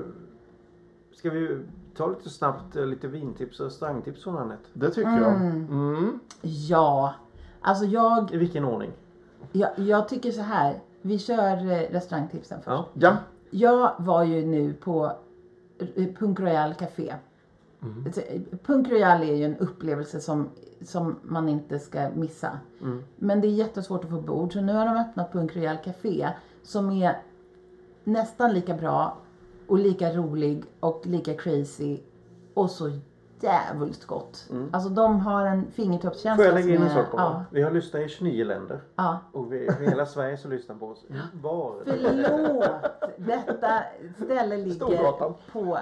B: ska vi ta lite snabbt eh, lite vintips och restaurangtips från Anette?
C: Det tycker jag. Mm.
D: Ja, alltså jag
B: I vilken ordning?
D: Jag, jag tycker så här. Vi kör eh, restaurangtipsen först.
B: Ja.
C: Ja.
D: Jag var ju nu på eh, Punk Royal Café.
B: Mm.
D: Alltså, eh, Punk Royal är ju en upplevelse som, som man inte ska missa.
B: Mm.
D: Men det är jättesvårt att få bord. Så nu har de öppnat Punk Royal Café som är nästan lika bra och lika rolig och lika crazy och så jävligt gott. Alltså de har en fingertoppskänsla
B: Mm. Får jag lägga in
D: som
B: en
D: är-
B: sak bara?
D: ja,
B: Vi har lyssnat i 29 länder.
D: ja.
B: Och vi, hela Sverige som lyssnar på oss. Var?
D: Förlåt! Detta ställe ligger
C: Storgatan.
D: på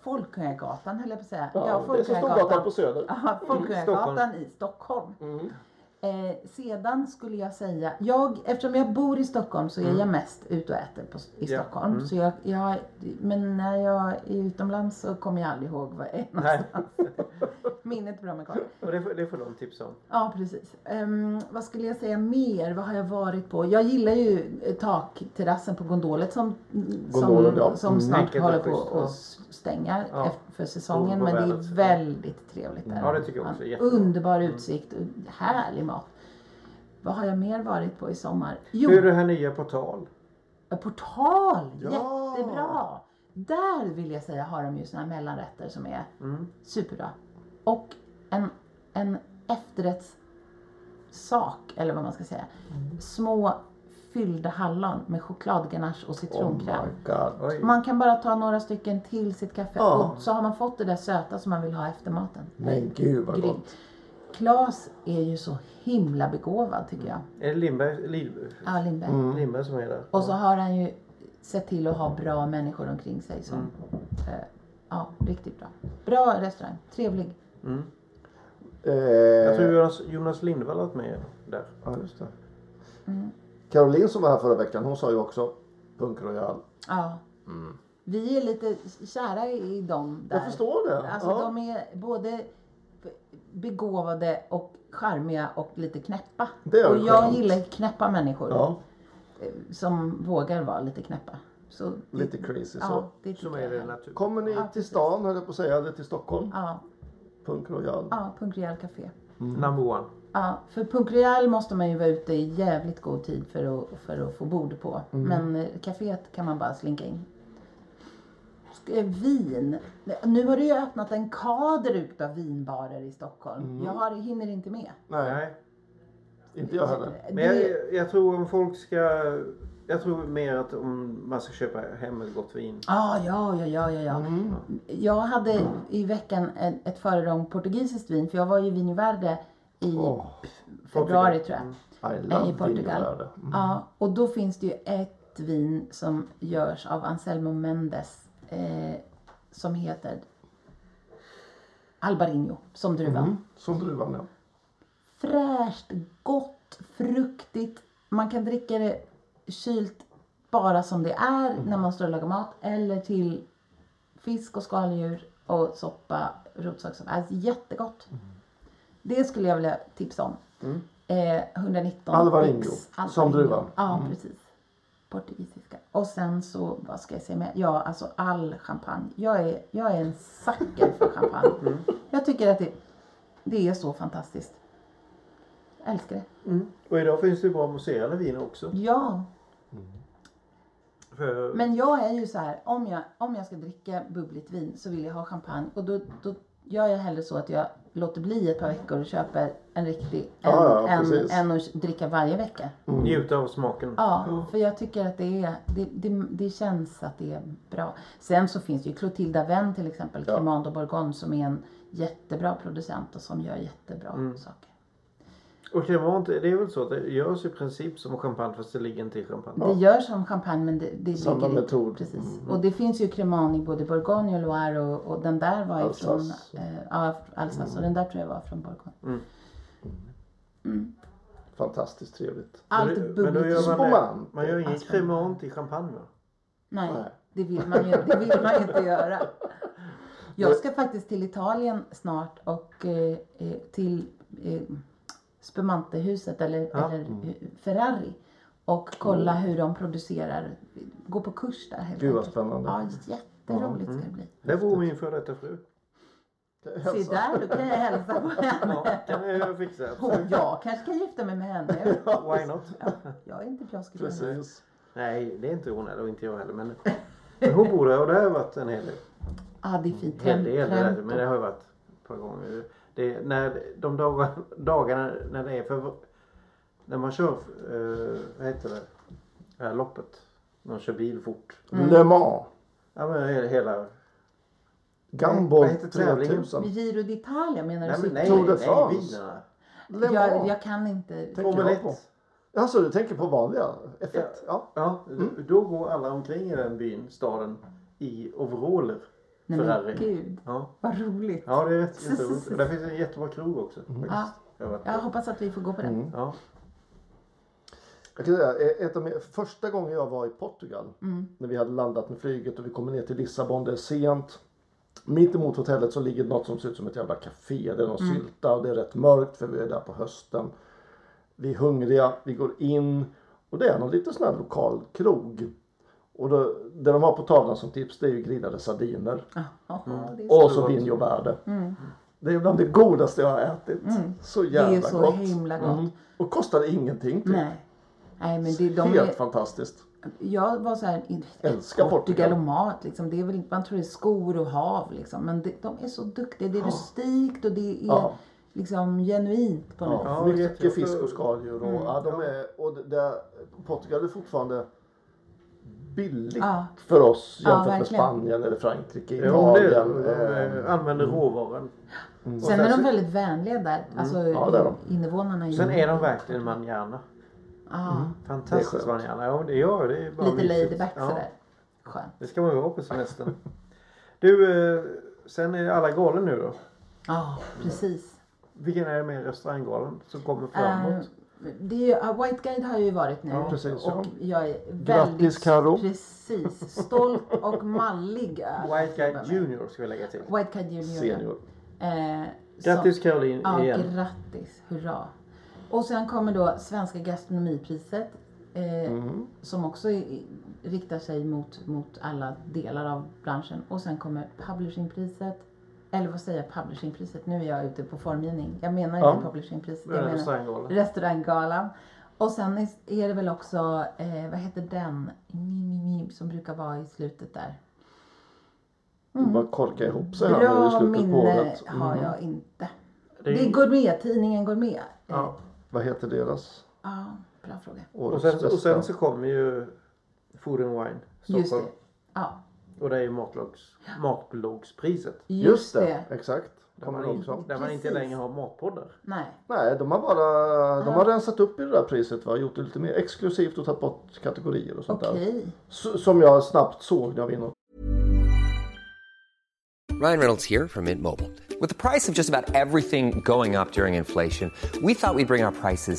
D: Folkungagatan höll jag på att säga.
C: Ja, det är så Storgatan Mm. på Söder.
D: Ja, Folkungagatan
B: Stockholm.
D: i Stockholm. Eh, sedan skulle jag säga, jag, eftersom jag bor i Stockholm så är
C: Mm.
D: jag mest ute och äter på, i
B: Ja,
D: Stockholm. Så jag, jag, men när jag är utomlands så kommer jag aldrig ihåg vad jag är
B: Nej.
D: någonstans. Minnet är bra med kort.
B: Och det, får- det får de tipsa om.
D: Ja, precis. Ehm, vad skulle jag säga mer? Vad har jag varit på? Jag gillar ju eh, takterrassen på gondolet som,
C: Gondolen,
D: som,
C: ja.
D: som snart
B: Enkelt
D: håller
B: och
D: på
B: schysst, ja.
D: att s- stänga
B: Ja.
D: efter- för säsongen.
B: Beroende på
D: Men det
B: vädret,
D: är
B: ja.
D: väldigt trevligt där.
B: Ja, det tycker jag också är
D: Ja,
B: jättebra. Mm.
D: Underbar utsikt och härlig mat. Vad har jag mer varit på i sommar? Jo,
B: Hur är det här nya portal?
D: eh, Portal!
C: Ja.
D: Jättebra! Där vill jag säga har de ju såna här mellanrätter som är
C: Mm.
D: superbra. Och en, en efterrättssak, eller vad man ska säga.
C: Mm.
D: Små fyllda hallon med chokladganache
C: Oh
D: och
C: my
D: citronkräm.
C: god.
B: Oj.
D: man kan bara ta några stycken till sitt kaffe
C: Ja.
D: och så har man fått det där söta som man vill ha efter maten.
C: Men gud vad gott.
D: Grymt. Claes är ju så himla begåvad tycker
C: Mm.
D: jag.
B: Är det Lindberg, Liv,
D: Ja, Lindberg.
B: Lindberg som är där?
D: Och så har han ju sett till att ha bra människor omkring sig som,
C: Mm.
D: eh, ja, riktigt bra. Bra restaurang, trevlig.
C: Eh,
B: Jag tror Jonas, Jonas Lindvall har varit med där.
C: ja, just det.
D: Mm.
C: Caroline som var här förra veckan, hon sa ju också Punk Royal.
D: Ja. Vi är lite kära i i dem där.
C: Mm. Jag förstår det.
D: Alltså
C: ja.
D: de är både begåvade och charmiga och lite knäppa.
C: Det är
D: och
C: skönt.
D: jag gillar knäppa människor eh,
C: ja,
D: som vågar vara lite knäppa. Så,
C: lite crazy
D: ja, det tycker
B: Som
D: jag.
B: är det natur.
C: så. Kommer ni till stan höll jag på att säga, eller till Stockholm?
D: Ja,
C: Punk Royal.
D: ja, Punk Royal Café.
B: Number one.
D: Ja, för Punk Royal måste man ju vara ute i jävligt god tid för att, för att få bord på.
B: Mm.
D: Men eh, caféet kan man bara slinka in. Sk- eh, Vin. Nu har det ju öppnat en kader utav vinbarer i Stockholm.
B: Mm.
D: Jag har, hinner inte med.
C: Nej,
B: Nej.
C: inte jag
D: Typ,
C: heller.
B: Men
D: Det,
B: jag, jag tror om folk ska... Jag tror mer att om man ska köpa hem ett gott vin.
D: ah, ja, ja, ja, ja, ja.
B: Mm.
D: Jag hade i veckan en- ett föredrag om portugisiskt vin för jag var ju i Vinho Verde i
C: Åh,
D: februari tror jag.
B: Mm.
C: I love
D: eh, i Portugal.
C: Vinho Verde.
D: Ja, och då finns det ju ett vin som görs av Anselmo Mendes eh, som heter Albarino som druva.
C: Mm, som druvan ja.
D: Fräscht, gott, fruktigt. Man kan dricka det kylt bara som det är när man står och lagar mat eller till fisk och skaldjur och soppa, rotsakssoppa. Alltså jättegott. Det skulle jag vilja tipsa om. Eh, 119
C: Alvarinho,
D: Pix,
C: som druva.
D: Ja, precis. Portugisiska. Och sen så, vad ska jag säga mer? Ja, alltså all champagne. Jag är, jag är en sucker för champagne. Jag tycker att det, det är så fantastiskt. Jag älskar det.
B: Och idag finns det ju bra mousserande viner också.
D: Ja,
B: För,
D: Men jag är ju så här, om jag, om jag ska dricka bubbligt vin så vill jag ha champagne och då, då gör jag hellre så att jag låter bli ett par veckor och köper en riktig än,
C: Ja, ja,
D: än,
C: precis.
D: än att dricka varje vecka.
B: Njuta av smaken.
D: Ja, för jag tycker att det är, det, det, det känns att det är bra. Sen så finns det ju Clotilda Venn till exempel, ja. Clément de Bourgogne som är en jättebra producent och som gör jättebra
C: Mm.
D: saker.
B: Och Cremant, det är väl så att det görs i princip som champagne fast det ligger inte i champagne.
D: Det görs som champagne men det, det
C: Samma
D: ligger i-
C: metod. Mm.
D: Precis. Och det finns ju Cremant i både Bourgogne och Loire och, och den där var ju från
C: Alsace. Mm.
D: eh, ja, Alsace och den där tror jag var från Bourgogne.
C: Fantastiskt trevligt.
D: Allt
B: Men det- men då
D: bubbligt.
B: gör man, det.
C: Spumante.
B: man gör inget
D: Alltså.
B: Cremant i champagne va?
D: Nej,
C: Nej.
D: det vill man ju det vill man inte göra. Jag ska faktiskt till Italien snart och eh, eh, till eh, Spumantehuset eller, eller
C: Mm.
D: eh, Ferrari och kolla hur de producerar, gå på kurs där helt
C: Gud vad
D: enkelt.
C: spännande. Mm,
D: Ja, jätteroligt ska det bli.
B: Det bor min före detta fru.
D: Se där, då kan jag hälsa på henne.
B: Ja, kan jag fixa.
D: Hon, jag kanske kan gifta mig med henne.
B: Why not?
D: Jag är inte pjaskig.
C: Precis.
B: Nej, det är inte hon heller och inte jag heller. Men men hon bor där och det har jag varit en hel del.
D: Ja, Ah, det är fint.
B: hel
D: Trent,
B: del där, men det
D: Trento.
B: har ju varit ett par gånger. Det, när, de dagar, dagarna när det är för... När man kör, eh, vad heter det, det här
D: Mm.
B: loppet. När man kör bil fort.
C: Le Mans.
B: Ja men he- hela
C: Gumball
B: Vad heter tävlingen?
C: 3000.
D: Giro d'Italia menar du?
B: Nej, men nej,
C: Tour
B: nej,
C: de
B: nej,
C: France.
B: vinnarna.
C: Le
D: jag,
C: Mans.
D: jag kan inte.
C: tänker
B: Formel
C: jag på.
B: 1.
C: Alltså du tänker på vanliga F1? Ja.
B: Ja,
D: Mm.
B: då går alla omkring i den byn, staden, i overaller.
D: Nej men
B: Ferrari.
D: gud,
B: Ja.
D: vad roligt.
B: ja, det är rätt jätteroligt. Och där finns en jättebra krog också.
D: Mm.
B: faktiskt. Jag har varit
D: Jag
B: där.
D: hoppas att vi får gå på den.
B: Ja.
C: Jag kan säga, eh, ett av mina, första gången jag var i Portugal, när vi hade landat med flyget och vi kommer ner till Lissabon, det är sent. Mitt emot hotellet så ligger något som ser ut som ett jävla café. Det är någon sylta och det är rätt mörkt för vi är där på hösten. Vi är hungriga, vi går in och det är någon liten sån här lokal krog. Och då, det de har på tavlan som tips det är ju grillade sardiner.
B: Mm.
D: Jaha, det är så,
C: Och så vin verde. Det är bland det godaste jag har ätit. Så
D: Mm. det
C: jävla
D: är så
C: gott.
D: himla gott.
C: Mm. Och kostade ingenting typ.
D: Nej. Nej men det, de
C: Helt
D: är,
C: fantastiskt.
D: jag var så här, i-
C: Älskar
D: Portugal
C: Portugal.
D: och mat liksom. Det är väl, man tror det är skor och hav liksom. Men det, de är så duktiga. Det är rustikt och det är
C: Ja.
D: liksom genuint på något
C: Ja,
B: Ja, det är
C: mycket
B: jättebra.
C: fisk och skaldjur. Och,
D: Mm.
C: ja, de är, och det, det, Portugal är fortfarande billigt
D: Ja.
C: för oss
D: Ja,
C: jämfört med
D: verkligen. Mm.
C: Spanien eller Frankrike,
B: Ja, det är,
C: Italien.
B: de
C: eh,
B: eh, använder råvaran.
D: sätt. Sen är de väldigt vänliga där. Alltså
C: Ja, det är de.
D: invånarna i
B: Sen är de verkligen manjana.
D: ja,
C: Det är
B: Fantastiskt
C: skönt.
B: manjana. Ja, det gör det. är bara
D: lite
B: mysigt.
D: laidback
B: Ja.
D: sådär. Skönt.
B: Det ska man ju vara på semestern. Du, eh, sen är alla galen nu då.
D: Ja, precis.
B: Vilken är det mer restauranggalen som kommer
D: Eh,
B: framåt?
D: det är, ju- ja, White Guide har jag ju varit nu.
C: precis, ja.
D: och jag är väldigt,
C: Grattis, Karo.
D: Precis. Stolt och mallig. över att
B: White Guy
D: jobba med.
B: Junior ska vi lägga till.
D: White Guide Junior.
C: Senior.
D: Eh,
B: Grattis
D: som-
B: Caroline
D: Ja,
B: igen.
D: grattis. Hurra. Och sen kommer då Svenska gastronomipriset. Eh, Som också i- riktar sig mot, mot alla delar av branschen. Och sen kommer publishingpriset. Eller vad säger jag? Publishingpriset? Nu är jag ute på formgivning. Jag menar inte publishingpriset.
B: Det är
D: Jag menar
B: restauranggalan.
D: restauranggalan. Och sen är, är det väl också, eh, vad heter den, som brukar vara i slutet där.
C: Mm. Bara korka ihop sig här nu i
D: Bra
C: slutet på
D: minne
C: året.
D: har jag inte.
B: Det
D: Det
B: är-
D: är, Gourmet, tidningen Gourmet. Eh, Ja,
B: Ja.
C: Vad heter deras?
D: bra fråga.
B: Och,
C: Årets
B: sen, och sen
C: bästa?
B: så kommer ju Food and Wine
D: Just
B: Stockholm.
D: det. Ja,
B: Och det är ju matlags, matbloggspriset.
D: just,
C: Just
D: det.
C: det, exakt.
B: Där
C: Kommer
B: man,
C: det
B: in,
C: också.
B: där man inte
D: Precis.
B: längre har matpoddar.
D: Nej,
C: Nej, de har bara de har rensat upp i det där priset va? gjort det lite mer exklusivt och tagit bort kategorier och sånt
D: okej.
C: där. S- som jag snabbt såg när jag var inne och
E: Ryan Reynolds here from Mint Mobile. With the price of just about everything going up during inflation, we thought we'd bring our prices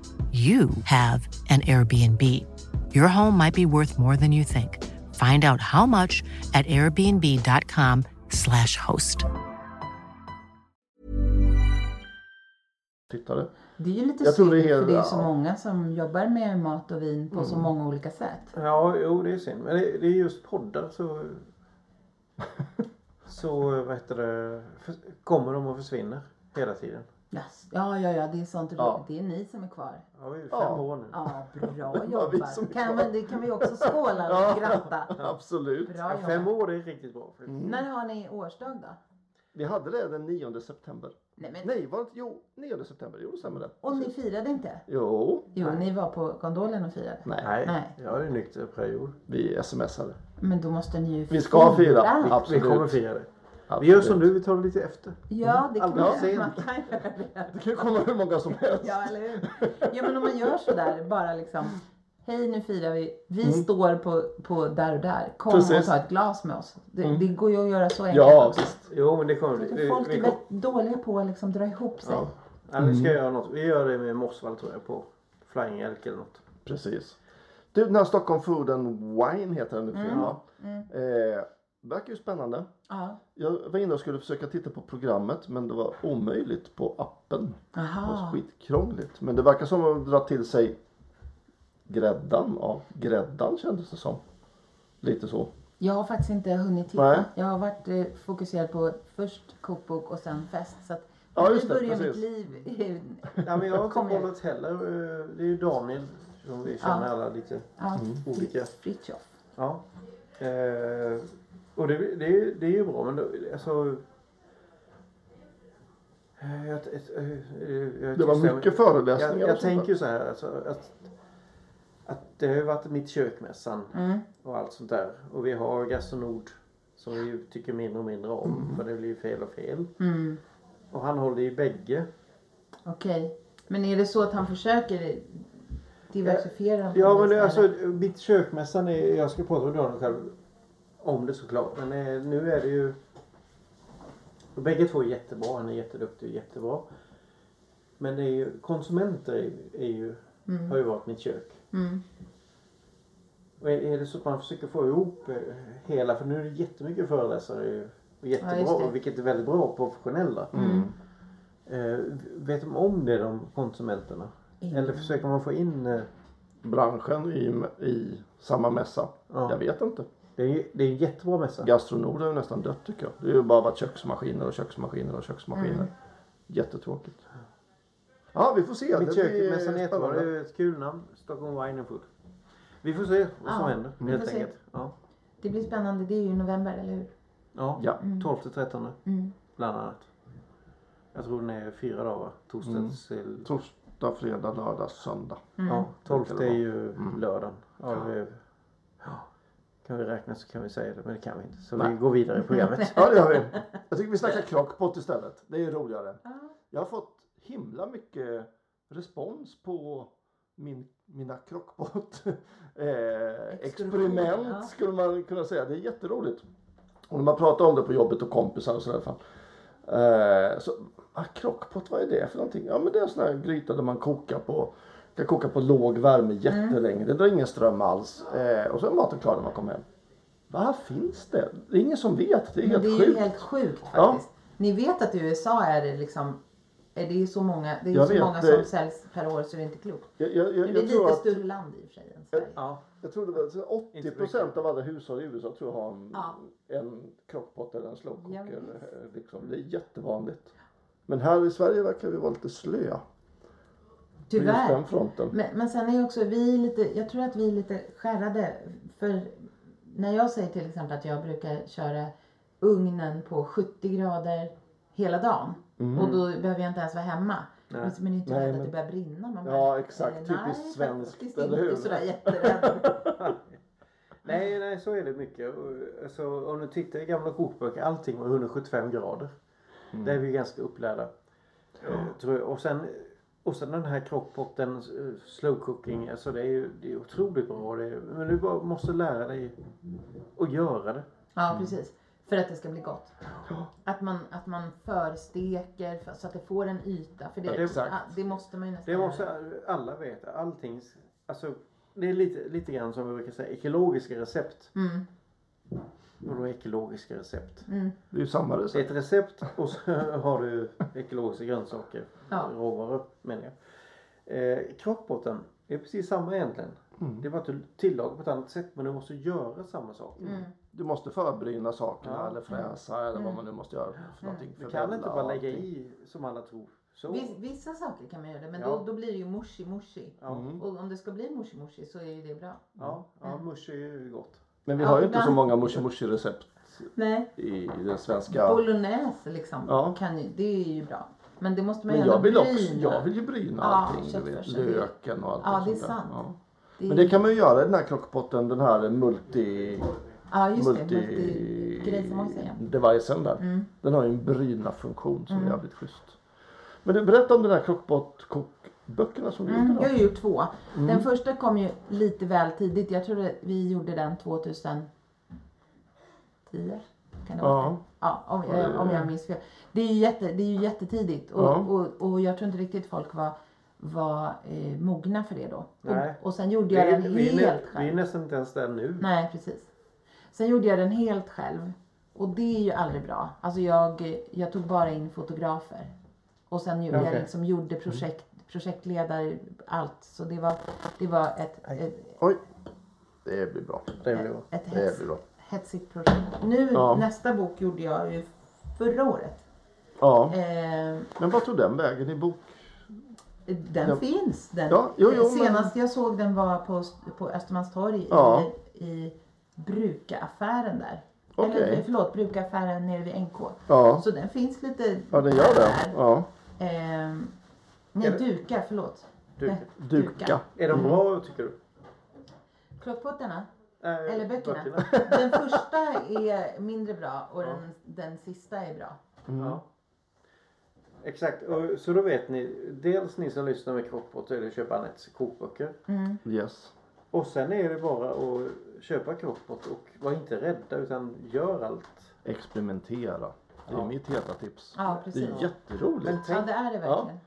F: you have an Airbnb. Your home might be worth more than you think. Find out how much at airbnb.com/slash host.
C: tittade.
D: Det är ju lite
C: Jag tror
D: synd
C: det är-
D: för det är ju så
C: ja. Mm.
D: många som jobbar med mat och vin på så många olika sätt.
B: Ja, jo det är synd. Men det, det är just poddar så... så vad heter det? för- Kommer de och försvinner hela tiden.
D: Yes. Ja, ja, ja, det är sånt.
C: Ja.
D: Det är ni som är kvar.
B: Ja, vi är fem
C: Ja.
B: år nu.
D: Ja, bra
C: var vi som är
D: jobbat. Kan,
C: kvar.
D: vi- det kan vi också skåla och
C: Ja.
D: gratta.
C: Absolut.
D: Bra jobbat. Mm.
B: Fem år det är riktigt bra. faktiskt.
D: När har ni årsdag då?
C: Vi hade det den 9 september.
D: Nej, men,
C: Nej, var det inte? Jo, 9 september. Jo, det stämmer det.
D: Och ni firade inte?
C: Jo,
D: Jo, ni var på gondolen och firade.
C: nej.
B: Nej,
D: Nej.
B: jag är en nykter period.
C: Vi smsade.
D: Men då måste ni ju
C: Vi ska fira.
D: Vi-
B: Vi
C: Absolut.
B: kommer fira det.
C: Absolut.
B: Vi gör som du, vi tar det lite efter.
D: Ja, det kan
B: Alldeles
D: man,
B: sent.
D: man kan göra det.
C: Det kan ju komma hur många som helst.
D: Ja, eller hur? Ja, men om man gör sådär, bara liksom. Hej, nu firar vi. Vi står på, på där och där. Kom och
C: Mm. Precis. Mm.
D: ta ett glas med oss. Det, det går ju att göra så enkelt
C: Ja,
D: också.
C: visst.
B: Jo, men det kommer bli. Vi,
D: Folk
B: vi,
D: är
B: kom,
D: väldigt dåliga på att liksom dra ihop sig.
B: Mm. ja, vi ska göra något. Vi gör det med Mossvall tror jag på Flying Elk eller något.
C: Precis. Du, den här Stockholm Food and Wine heter den nu för
D: Mm.
C: tiden, va? Eh, verkar ju spännande.
D: Ja.
C: Jag var inne och skulle försöka titta på programmet men det var omöjligt på appen. Det var
B: Ah.
D: Aha.
C: skitkrångligt. Men det verkar som att de drar till sig gräddan av gräddan kändes det som. Lite så.
D: Jag har faktiskt inte hunnit titta.
C: Nej.
D: Jag har varit eh, fokuserad på först kokbok och sen fest. Så att
C: Ja, just det,
D: nu börjar mitt
C: precis.
D: liv.
B: Nej men jag har inte
D: Kom igen.
B: kollat heller. Eh, Det är ju Daniel som vi känner alla lite
D: ja,
C: Mm.
B: olika.
D: Fritiof.
B: Ja. Eh, och det, det, är- det är ju bra men då, alltså... eh, Jag, jag, jag, jag,
C: Det var mycket föreläsningar
B: Jag, jag
C: och sånt
B: tänker
C: där.
B: ju så här alltså, att, att det har ju varit mitt kökmässan och allt sånt där. Och vi har Gastonord som vi ju tycker mindre och mindre om
C: Mm.
B: för det blir ju fel och fel. Och han håller i bägge.
D: Okej. Men är det så att han försöker diversifiera?
B: Ja men det, alltså mitt kökmässan är, jag ska prata med Daniel själv om det såklart. Men eh, nu är det ju och Bägge två är jättebra, han är jätteduktig och jättebra. Men det är ju, konsumenter är, är ju,
D: Mm.
B: har ju varit mitt kök. Och är, är det så att man försöker få ihop eh, hela, för nu är det jättemycket föreläsare ju, och jättebra,
D: just det.
B: vilket är väldigt bra och professionella. Eh, vet de om det de konsumenterna? Eller försöker man få in eh,
C: Branschen i, i samma mässa. Jag vet inte.
B: Det är ju det är en jättebra mässa.
C: Gastronord har ju nästan dött tycker jag. Det har ju bara varit köksmaskiner och köksmaskiner och köksmaskiner.
B: Mm.
C: Jättetråkigt. Ja vi får se.
B: Mitt
C: Det blir
B: kökmässan är jättebra.
C: spännande.
B: Det är ju ett kul namn. Stockholm Wine and Food. Vi får se vad som
D: Ja,
B: händer
D: vi
B: helt
D: får se.
B: enkelt. Ja.
D: Det blir spännande. Det är ju i november, eller hur?
B: Ja,
C: Ja.
D: Mm.
B: 12 till 13 bland annat. Jag tror den är fyra dagar. Torsdag
C: Mm.
D: Mm.
B: till...
C: Torsdag, fredag, lördag, söndag.
B: Ja, 12
C: Brukar det
B: är
C: vara. Mm.
B: ju lördagen. Ja, vi, ja. Kan vi räkna så kan vi säga det, men det kan vi inte. Så vi går vidare i programmet.
C: Ja det gör vi. Jag tycker vi snackar crockpot istället. Det är ju roligare. Jag har fått himla mycket respons på min, mina crockpot eh, experiment
D: ja.
C: skulle man kunna säga. Det är jätteroligt. Och när man pratar om det på jobbet och kompisar och sådär. Fan. Eh, så, ah, crockpot, vad är det för någonting? Ja men det är en sån här gryta där man kokar på kan koka på låg
D: Mm.
C: värme jättelänge. Det drar ingen ström alls. Eh, och så är maten klar när man kommer hem. Vad finns det? Det är ingen som vet. Det är
D: Men
C: helt
D: det är ju
C: sjukt.
D: helt sjukt
C: Ja.
D: faktiskt. Ni vet att i USA är det liksom är det ju så många, det är ju
C: Jag
D: så
C: vet,
D: många
C: det-
D: som säljs per år så det är inte klokt.
C: Jag, jag, jag,
D: Men det är
C: jag,
D: lite
C: tror att,
D: större land i och för sig än Sverige.
B: Ja.
C: jag tror det var så 80
B: mycket.
C: procent av alla hushåll i USA tror jag har en,
D: Ja.
C: en crockpot eller en
D: Ja,
C: slowcooker.
D: visst.
C: eller, eh, Liksom. Det är jättevanligt. Men här i Sverige verkar vi vara lite slöa på just
D: Tyvärr.
C: den fronten.
D: Men, men sen är ju också vi lite, jag tror att vi är lite skärrade. För när jag säger till exempel att jag brukar köra ugnen på 70 grader hela dagen. Och då behöver jag inte ens vara hemma. Alltså, Men det
C: Mm. Nej,
D: är ju inte rädd
C: men-
D: att det börjar brinna. Man
C: Ja,
D: bara,
C: exakt.
D: eh,
C: Typiskt
D: nej,
C: svenskt,
D: faktiskt
C: eller hur?
D: Inte sådär jätterädd.
B: Nej, nej, så är det mycket. Och, Alltså, om du tittar i gamla kokböcker, allting var 175 grader. Det är vi ganska upplärda. Eh, Tror jag. Och, sen, och sen den här crockpoten, eh, slow cooking, alltså det är ju det är otroligt bra. Det är, men du bara måste lära dig att göra det.
D: Ja,
C: Mm.
D: precis. För att det ska bli gott. Att man, att man försteker för, så att det får en yta. För det,
C: Ja, exakt.
D: ja, det måste man ju nästan
B: Det
D: göra.
B: måste alla veta. Allting, alltså, det är lite, lite grann som vi brukar säga, ekologiska recept. Och då ekologiska recept.
C: Det är ju samma
B: Det är
C: recept.
B: ett recept och så har du ekologiska grönsaker.
D: Ja.
B: Råvaror menar jag. Eh, Krockbotten är precis samma egentligen. Det är bara att du tillagar på ett annat sätt men du måste göra samma sak.
D: Mm.
C: Du måste förbryna sakerna eller fräsa eller
D: Mm.
C: vad man nu måste göra. För någonting,
B: Du kan inte
C: Förvälla
B: bara
C: och
B: lägga
C: allting.
B: i som alla tror. Så.
D: Viss, vissa saker kan man göra det, men
B: Ja.
D: då, då blir det ju mushi mushi.
C: Mm.
D: Och om det ska bli mushi mushi så är ju det bra.
B: Ja, ja mush är ju gott.
C: Men vi har ju inte så
D: ibland-
C: många mushi mushi recept
D: Nej.
C: i den svenska.
D: Bolognese liksom,
C: Ja.
D: kan ju, det är ju bra. Men det måste man ju
C: Men
D: ändå
C: jag vill, också,
D: bryna.
C: jag vill ju bryna
D: Ja,
C: allting. du vet,
D: köttfärsen.
C: löken och allt
D: Ja, det är
C: sånt där.
D: sant.
C: Ja.
D: Det är-
C: Men det kan man ju göra i den här crockpotten, den här multi...
D: Ja, just det.
C: multi...
D: Multi... som man Mm. säger.
C: devicen där. Den har ju en bryna-funktion som
D: Mm.
C: är jävligt schysst. Men du, berätta om den här crockpot-kokböckerna som du
D: Mm,
C: gjorde
D: jag
C: då.
D: har ju gjort två.
B: Mm.
D: Den första kom ju lite väl tidigt. Jag tror att vi gjorde den 2010. Kan det vara
C: Ja.
D: det? Ja, om, jag, om jag minns fel. Det är ju, jätte, det är ju jättetidigt och,
C: Ja.
D: och, och jag tror inte riktigt folk var var eh, mogna för det då.
B: Nej.
D: Och, och sen gjorde
B: Vi
D: jag
B: är,
D: den
B: vi, är,
D: helt
B: nä- vi
D: själv.
B: är nästan inte ens där nu.
D: Nej, precis. Sen gjorde jag den helt själv. Och det är ju aldrig bra. Alltså jag, jag tog bara in fotografer. Och sen gjorde jag
B: Okej.
D: liksom
C: Mm.
D: gjorde projekt, projektledare, allt. Så det var, det var ett, ett,
C: Oj. Det blir bra.
B: Det blir bra.
D: ett
C: Det
D: hets,
C: blir bra.
D: hetsigt projekt. Nu
C: Ja.
D: nästa bok gjorde jag ju förra året.
C: Ja.
D: Eh,
C: Men vad tog den vägen i bok?
D: den
C: Ja.
D: finns. Den.
C: Ja, jo, jo, men-
D: Senast jag såg den var på, på Östermalmstorg
C: Ja.
D: i, i Brukaaffären där.
C: Okej.
D: Eller förlåt, Brukaaffären nere vid NK.
C: Ja.
D: Så den finns lite
C: Ja, den gör det.
D: där.
C: Ja.
D: Ehm, nej,
B: Är det-
D: duka, förlåt.
B: Duka.
D: Nej,
C: Duka.
B: Är de bra tycker du?
D: Klockpottarna,
B: Eh,
D: eller böckerna. Den första är mindre bra och den, den sista är bra.
B: Ja. Exakt, och, så då vet ni. Dels ni som lyssnar med Crockpot eller köper Anettes kokböcker.
C: Yes.
B: Och sen är det bara att köpa Crockpot och var inte rädda utan gör allt.
C: Experimentera. Det är mitt heta tips.
D: Ja,
C: Det
D: precis.
C: är jätteroligt.
B: Men
D: Ja,
B: tänk,
D: det är det verkligen.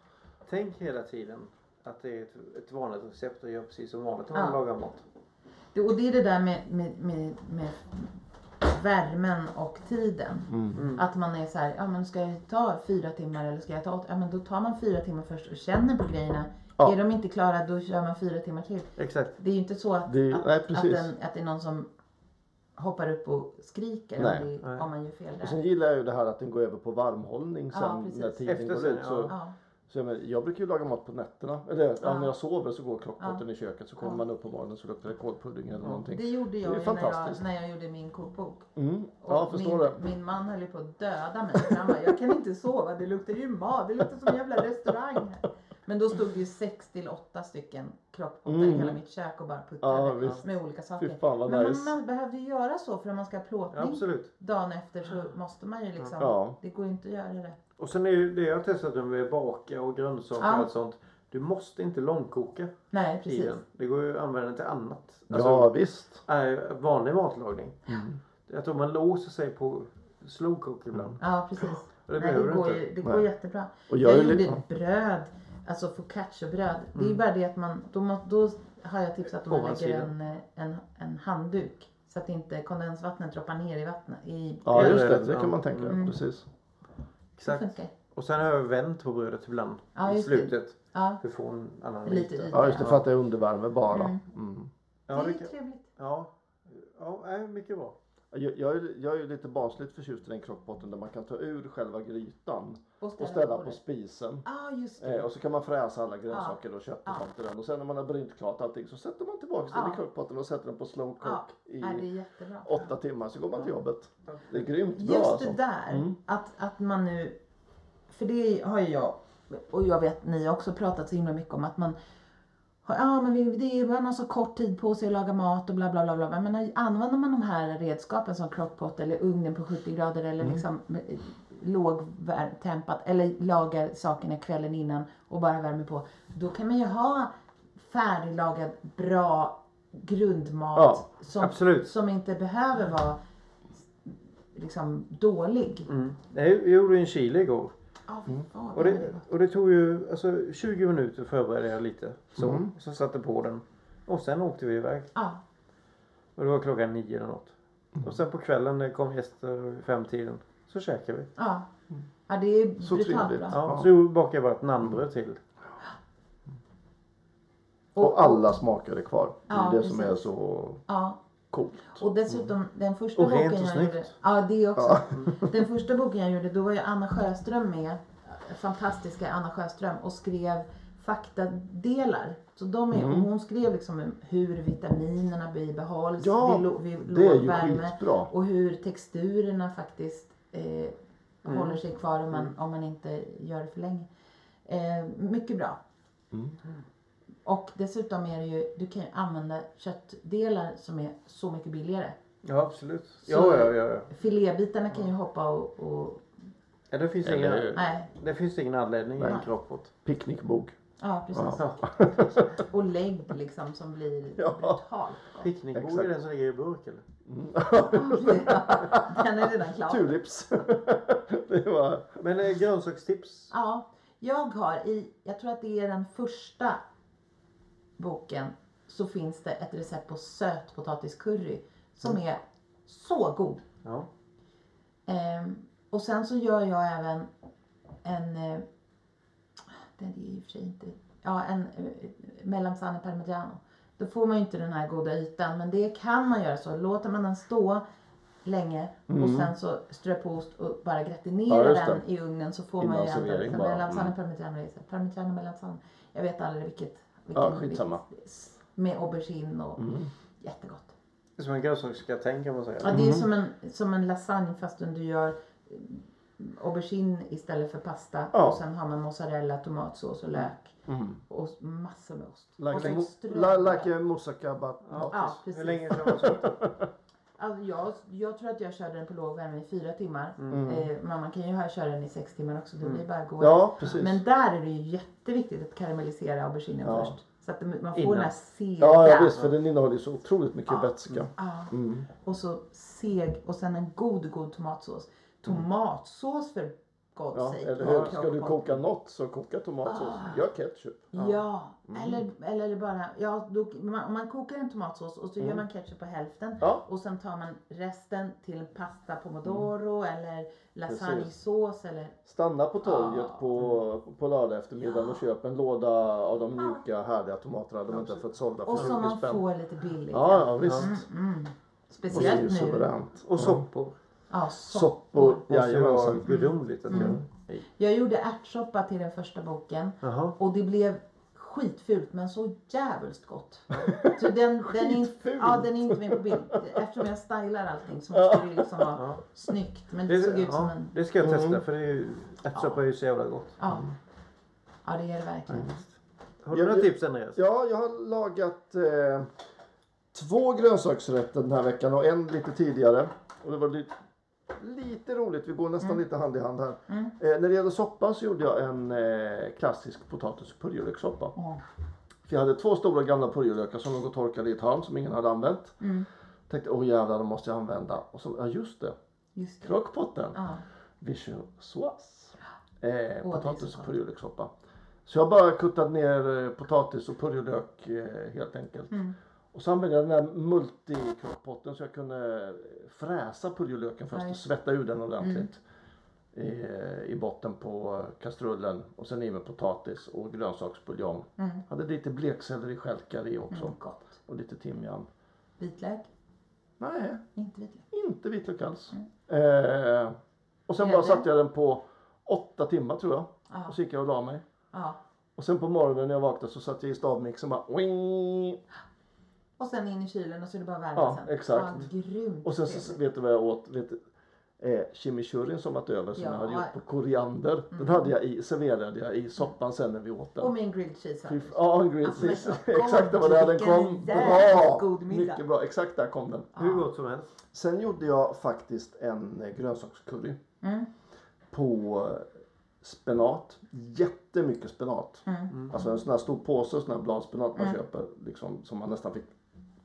B: tänk hela tiden att det är ett, ett vanligt recept och gör precis som vanligt när man
D: Ja.
B: lagar mat.
D: Det, och det är det där med, med, med, med värmen och tiden.
C: Mm.
D: Att man är så här, ja men ska jag ta fyra timmar eller ska jag ta åtta? Ja men då tar man fyra timmar först och känner på grejerna.
C: Ja.
D: Är de inte klara då kör man fyra timmar till.
B: Exakt.
D: Det är ju inte så att,
C: Det är-
D: att,
C: nej,
D: att,
C: precis.
D: den, att det är någon som hoppar upp och skriker
C: Nej.
D: om, det, om man gör fel
C: Och sen
D: där.
C: gillar jag ju det här att den går över på varmhållning sen
D: Ja, precis.
C: när tiden
B: Efter
C: går
B: sen,
C: ut. Så,
B: ja.
D: Ja,
C: så jag, menar, jag brukar ju laga mat på nätterna. Eller ja. när jag sover så går klockpotten i köket så kommer man upp på morgonen så luktar det kålpudding eller någonting.
D: det gjorde jag,
C: Det är
D: ju när jag
C: fantastiskt.
D: när jag gjorde min kokbok.
C: Ja, jag
D: Och
C: förstår
D: min,
C: det.
D: min man höll ju på att döda mig. för Han bara, jag kan inte sova, det luktar ju mat, det luktar som en jävla restaurang här. Men då stod det ju sex till åtta stycken krockpottar i hela mitt kök och bara
C: Mm. Ja,
D: puttade
C: visst.
D: med olika saker.
C: Fy fan, vad
D: Men
C: nice.
D: man behövde ju göra så för om man ska ha plåtning
B: Absolut.
D: dagen efter så måste man ju liksom,
C: Ja.
D: det går ju inte att göra det.
B: Och sen är ju det jag har testat nu med baka och grönsaker
D: Ja.
B: och allt sånt. Du måste inte långkoka
D: Nej,
B: i
D: precis.
B: den. Det går ju att använda den till annat.
C: ja visst.
B: äh, vanlig matlagning. Jag tror man låser sig på slow cook ibland.
D: Ja, precis.
B: Och det
D: Nej,
B: behöver
D: det
B: du
D: går,
B: inte.
D: ju, det går jättebra.
C: Och jag
D: jag
C: är Mm. li-
D: gjorde
C: ja.
D: bröd, alltså focacciabröd. Det är ju bara det att man, då, må, då har jag tipsat om att man lägger
B: Ovansidan.
D: en, eh, en, en handduk. Så att inte kondensvattnet droppar ner i vattnet. I
C: Ja
D: brödet.
C: just
B: det är
C: det,
B: det.
C: det kan
B: Ja.
C: man tänka. Precis.
D: Det
B: Exakt.
D: funkar.
B: Och sen har jag vänt på brödet ibland
D: Ja,
B: i
D: just det.
B: slutet.
D: Ja,
B: För att få en annan
D: lite
B: yta.
D: yta.
C: Ja just det, för att det är undervärme bara. Mm.
B: Ja,
D: det är
B: det
D: ju
B: kan,
D: trevligt.
B: ja. ja nej, mycket bra.
C: Jag, jag, är, jag är ju lite barnsligt förtjust i den krockpotten där man kan ta ur själva grytan
D: Och
C: och
D: ställa
C: ställa
D: på
C: på
D: det.
C: spisen.
D: Ja, just det.
C: Eh, och så kan man fräsa alla grönsaker och kött och sånt i den. Och sen när man har brynt klart allting så sätter man tillbaka den i krockpotten och sätter den på slow cook
D: Ja,
C: i
D: ja, det är jättebra.
C: åtta timmar så går man till jobbet. Det är grymt bra
D: Just
C: alltså.
D: det där att, att man nu, för det har ju jag och jag vet ni har också pratat så himla mycket om att man har, ja men vi, det är, man har så kort tid på sig att laga mat och bla bla bla. bla. Men använder man de här redskapen som crockpot eller ugnen på 70 grader eller
B: Mm.
D: liksom eh, lågtempat eller lagar sakerna kvällen innan och bara värmer på. Då kan man ju ha färdiglagad bra grundmat
C: Ja,
D: som,
B: absolut.
D: som inte behöver vara liksom dålig.
B: Nej, jag gjorde en chili igår.
D: Ja, fy fan,
B: Mm. Och det, och det tog ju alltså, 20 minuter förberedde jag lite. Så, så satte på den. Och sen åkte vi iväg.
D: Ja,
B: Och det var klockan nio eller något. Och sen på kvällen när det kom gäster vid femtiden. Så käkade vi.
D: ja. ja, det är
C: Så
D: brutalt
C: trevligt.
D: bra.
B: Mm. Ja,
C: Ja.
B: Så bakade jag bara ett naanbröd till.
C: Och alla smaker är kvar. Det är
D: Ja,
C: det som är
D: precis.
C: så
D: Ja.
C: coolt.
D: Och dessutom den första
B: Mm. Och rent
D: boken
B: och
D: jag
B: snyggt.
D: gjorde. Ja, det också. Den första boken jag gjorde, då var ju Anna Sjöström med. Fantastiska Anna Sjöström och skrev faktadelar. Så de är,
B: Mm.
D: och Hon skrev liksom om hur vitaminerna bibehålls
C: Ja,
D: vid, lo- vid
C: det är
D: låg
C: ju
D: värme
C: skitbra.
D: och hur texturerna faktiskt eh,
C: Mm.
D: håller sig kvar om man, om man inte gör det för länge. Eh, mycket bra.
C: Mm.
D: Och dessutom är det ju, du kan ju använda köttdelar som är så mycket billigare.
B: Ja absolut.
D: Så-
B: Ja, ja, ja, ja.
D: Filébitarna kan ju hoppa och... och
B: ja det, finns
C: Eller-
B: ingen,
D: nej,
B: det finns ingen anledning i en
D: Nej.
B: kroppbot.
C: Picknickbok.
D: ja precis.
B: Ja.
D: Och lägg liksom som blir
C: Ja.
D: brutalt gott.
B: Picknickbord är den som ligger i burk eller?
D: Den är redan klar.
C: Tulips. det var...
B: Men eh, grönsakstips.
D: Ja, Jag har i, jag tror att det är den första boken, så finns det ett recept på sötpotatiscurry som
C: Mm.
D: är så god.
B: Ja.
D: Ehm, och sen så gör jag även en, eh, den är i och för sig inte, ja en eh, mellansanne parmigiano. Då får man ju inte den här goda ytan men det kan man göra så. Låter man den stå länge och sen så strö på ost och bara gratinera
C: Mm. Ja, just
D: den
C: det.
D: i ugnen så får
C: Innan
D: man ju ändå
C: servering
D: liksom
C: bara. Mm.
D: mellansanne parmigiano. det är så här, Parmigiano mellansanne. Jag vet aldrig vilket. vilken-
C: Ja, skitsamma. Mm.
D: vilket- Med aubergine och jättegott.
B: Det är som en grönsaksgratäng kan man säga.
D: Ja, det är
C: Mm.
D: som en, som en lasagne fast du gör eh, aubergine istället för pasta.
C: Ja. Mm.
D: Och sen har man mozzarella, tomatsås och lök. Och s- massor med ost. och
C: Like,
D: sen
C: a mo-
D: strö-
C: la- like a moussaka but not.
D: Ja, precis.
B: Hur länge kör man sånt?
D: Alltså, jag, jag tror att jag körde den på låg värme i fyra timmar.
C: Mm.
D: Eh, men man kan ju här köra den i sex timmar också. Det blir bara godare.
C: Ja, precis.
D: Men där är det ju jätteviktigt att karamellisera auberginen
C: Ja.
D: först. Så att det- man får
B: Innan.
D: den här sega.
C: Ja, ja, visst. För Mm. den innehåller ju så otroligt mycket vätska.
D: Ja. Och så seg och sen en god, god tomatsås. Tomatsås för god
C: Mm. Ja,
D: sake.
C: eller
D: Ja,
C: hur? Ska du
D: kroppar.
C: koka något så koka tomatsås. Gör ketchup.
D: Ah. Ja,
C: Mm.
D: eller, eller bara, ja, då, man, man kokar en tomatsås och så gör man ketchup på hälften
C: Mm. Ja.
D: och sen tar man resten till pasta pomodoro eller
C: Mm. Precis.
D: lasagnesås eller
C: Stanna på torget
D: Ah.
C: på, på lördag eftermiddag och köp en låda av de mjuka härliga tomaterna de inte har fått sålda för
D: Ah. och som
C: 20
D: man
C: spänn.
D: får lite billigt.
C: Ja, ja visst. Och det är ju
D: Speciellt nu.
C: suveränt.
B: Och soppor.
D: Ja, sopp.
C: Soppor.
B: Det var
C: Jajamensan.
B: gudomligt att
D: Mm.
B: göra.
D: Jag gjorde ärtsoppa till den första boken
B: Jaha.
D: och det blev skitfult men så jävligt gott. Så den, den, är, in-
C: Skitfult?
D: ja, den är inte med på bild. Eftersom jag stylar allting så måste det ju liksom vara snyggt. Men det, såg ut som
B: ja,
D: en...
B: det ska jag testa för det är ju, ärtsoppa är ju så jävla gott.
D: Ja. ja, det är det verkligen.
C: Mm.
B: Har du
C: Ja,
B: några
C: ja.
B: tips Andreas?
C: Ja, jag har lagat eh, två grönsaksrätter den här veckan och en lite tidigare. Och det var lite, lite roligt, vi går nästan lite hand i hand här. Eh, när det gäller soppa så gjorde jag en eh, klassisk potatis och purjolökssoppa. För jag hade två stora gamla purjolökar som låg och torkade i ett hörn som ingen hade använt.
D: mm.
C: Tänkte, åh jävlar, de måste jag använda. Och så, ja just det,
D: Just det.
C: krockpotten.
D: Ja.
C: Vichyssoise. Eh,
D: Åh, det är
C: potatis
D: så
C: och
D: gott.
C: purjolökssoppa. Så jag bara kuttade ner eh, potatis och purjolök eh, helt enkelt.
D: Mm.
C: Och så använde jag den här multikrockpotten så jag kunde eh, fräsa purjolöken först och svetta ur den ordentligt.
D: Mm.
C: Eh, I, I botten på kastrullen och sen i med potatis och grönsaksbuljong.
D: Mm.
C: Hade lite blekselleri skälkar i också.
D: Gott.
C: Och lite timjan.
D: Vitlök?
C: Nej,
D: Inte vitlök.
C: inte vitlök alls.
D: Mm.
C: Eh, och sen bara
D: Grädde?
C: satte jag den på åtta timmar tror jag. Och så gick jag och la mig.
D: Ja.
C: Och sen på morgonen när jag vaknade så satte jag i stavmixen bara wing.
D: Och sen in i kylen och så är det bara värme
C: Ja,
D: sen.
C: exakt.
D: Ja, grymt.
C: Och sen så, vet du vad jag åt? Vet du, eh, chimichurin som varit över som
D: Ja. Mm.
C: jag hade gjort på koriander. Den hade jag i, serverade jag i soppan sen när vi åt den.
D: och med en grilled cheese.
C: Fy
D: här.
C: f- Ja, en grilled
D: Alltså, men
C: cheese.
D: gott.
C: Exakt, det var där den kom.
D: Vilken jävligt
C: Bra!
D: god middag.
C: Mycket bra. Exakt där kom den.
B: Hur gott som helst.
C: Sen gjorde jag faktiskt en eh, grönsakscurry. På eh, spenat. Jättemycket spenat. Alltså en sån här stor påse sån här bladspenat man köper. Liksom, som man nästan fick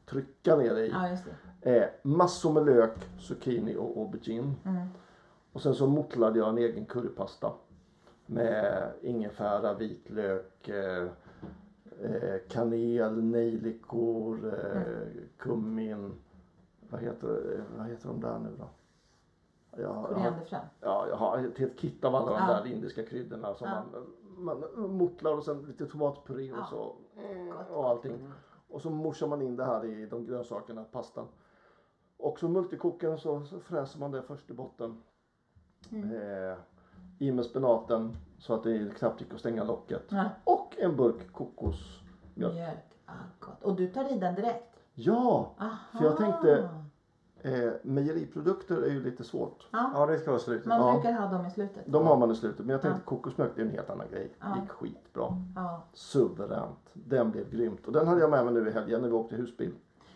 C: trycka ner i.
D: Ja, just det.
C: Eh, massor med lök, zucchini och aubergine. Och sen så mottlade jag en egen currypasta. Med ingefära, vitlök, eh, eh, kanel, nejlikor, eh, kummin. Vad heter, eh, vad heter de där nu då? Jag, jag, har-
D: Korianderfrön.
C: ja, jag har ett helt kit av alla de där indiska kryddorna som man, man motlar och sen lite tomatpuré och så. Och allting. Och så morsar man in det här i de grönsakerna, pastan. Och så multikokaren så, så fräser man det först i botten. Eh, I med spenaten så att det knappt gick att stänga locket. Och en burk kokosmjölk.
D: Mjölk. Ah, gott. Och du tar i den direkt?
C: Ja! För jag tänkte eh, mejeriprodukter är ju lite svårt.
B: Ja det ska vara slut.
D: Man brukar ha dem i slutet.
C: De har man i slutet. Men jag tänkte kokosmjölk det är en helt annan grej. Gick skitbra.
D: Ja.
C: Suveränt. Den blev grymt. Och den hade jag med mig nu i helgen när vi åkte husbil.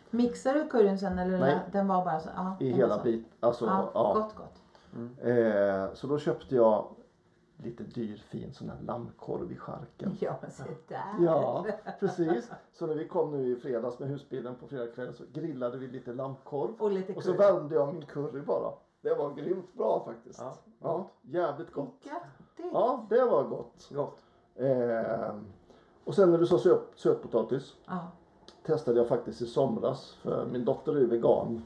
D: Mixar du curryn sen eller
C: Nej.
D: den var bara så? Ja,
C: I
D: den var
C: hela
D: så.
C: bit. Alltså,
D: Ja,
C: ja.
D: Gott, gott.
C: Eh, så då köpte jag lite dyr fin sån här lammkorv i charken.
D: Ja, men se där.
C: Ja, precis. Så när vi kom nu i fredags med husbilen på fredagskvällen så grillade vi lite lammkorv.
D: Och lite
C: så
D: curry.
C: värmde jag min curry bara. Det var grymt bra faktiskt. Ja, jävligt gott.
D: Gött. Gottigt.
C: Ja, det var gott.
B: Gott.
C: Eh, och sen när du sa söt, sötpotatis.
D: Ja.
C: Testade jag faktiskt i somras. För min dotter är ju vegan.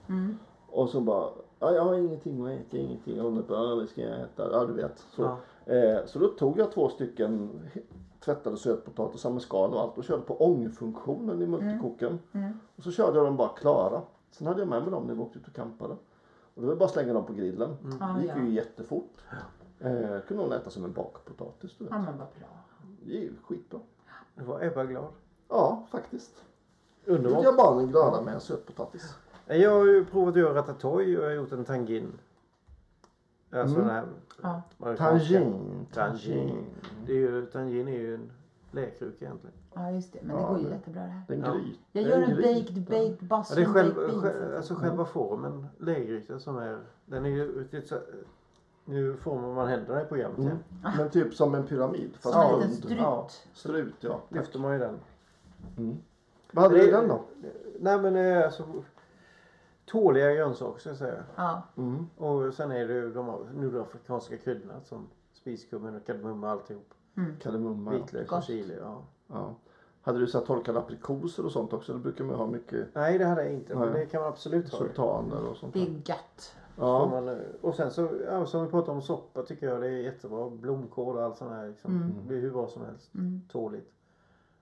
C: Och så bara, ja, jag har ingenting att äta, ingenting. Jag undrar på, ja, vad ska jag äta? Ja, du vet. Så, eh, så då tog jag två stycken he- tvättade sötpotatisar med skal och allt och körde på ångfunktionen i multikokern. Och så körde jag dem bara klara. Sen hade jag med mig dem när vi åkte ut och campade. Och då var det bara att slänga dem på grillen. Det gick ju jättefort. Eh, kunde hon äta som en bakpotatis du vet.
D: ja, men vad bra.
C: Det är ju skitbra.
B: Nu var Ebba glad.
C: Ja, faktiskt. Nu
B: Underbart.
C: gjorde jag barnen glada med en sötpotatis.
B: Nej, Jag har ju provat att göra ratatouille och jag har gjort en tangin. Alltså den här...
D: Ja.
B: amerikanska.
C: Tangin.
B: Tangin. Det är ju, tangin är ju en lekruka egentligen.
D: Ja, just det. Men det går ju jättebra det här.
C: Det är en
B: Ja.
C: gryta.
D: Jag gör en
C: gryta.
D: baked, baked
B: Ja,
D: Boston
B: det är själv,
D: baked
B: sj-
D: beans.
B: alltså själva formen, läggrytan som är... Den är ju... det är så- Nu formar man händerna i programmet igen.
C: Men typ som en pyramid. Fast
D: Som Ah. en
C: rund.
D: liten strut.
C: Ja, strut ja.
B: Lyfter man ju den.
C: Vad hade du i
B: Det-
C: den då?
B: Nej men eh, alltså... Tåliga grönsaker ska jag säga.
D: Ja,
B: Och sen är det ju de nordafrikanska kryddorna som spiskummin och kardemumma alltihop.
D: Mm.
C: Kardemumma. ja.
B: Vitlök och chili. Ja.
C: Ja. Hade du så här torkade aprikoser och sånt också? Det brukar man ju ha mycket
B: Nej det hade jag inte. Men
C: Nej.
B: det kan man absolut ha.
C: sultaner och sånt.
D: det
C: där.
D: är gött.
B: Får
C: Ja.
B: Man, eh, och sen så, ja, som vi pratade om soppa tycker jag det är jättebra. Blomkål och allt sånt här. Liksom.
C: Mm.
B: Det är hur bra som helst. Tåligt.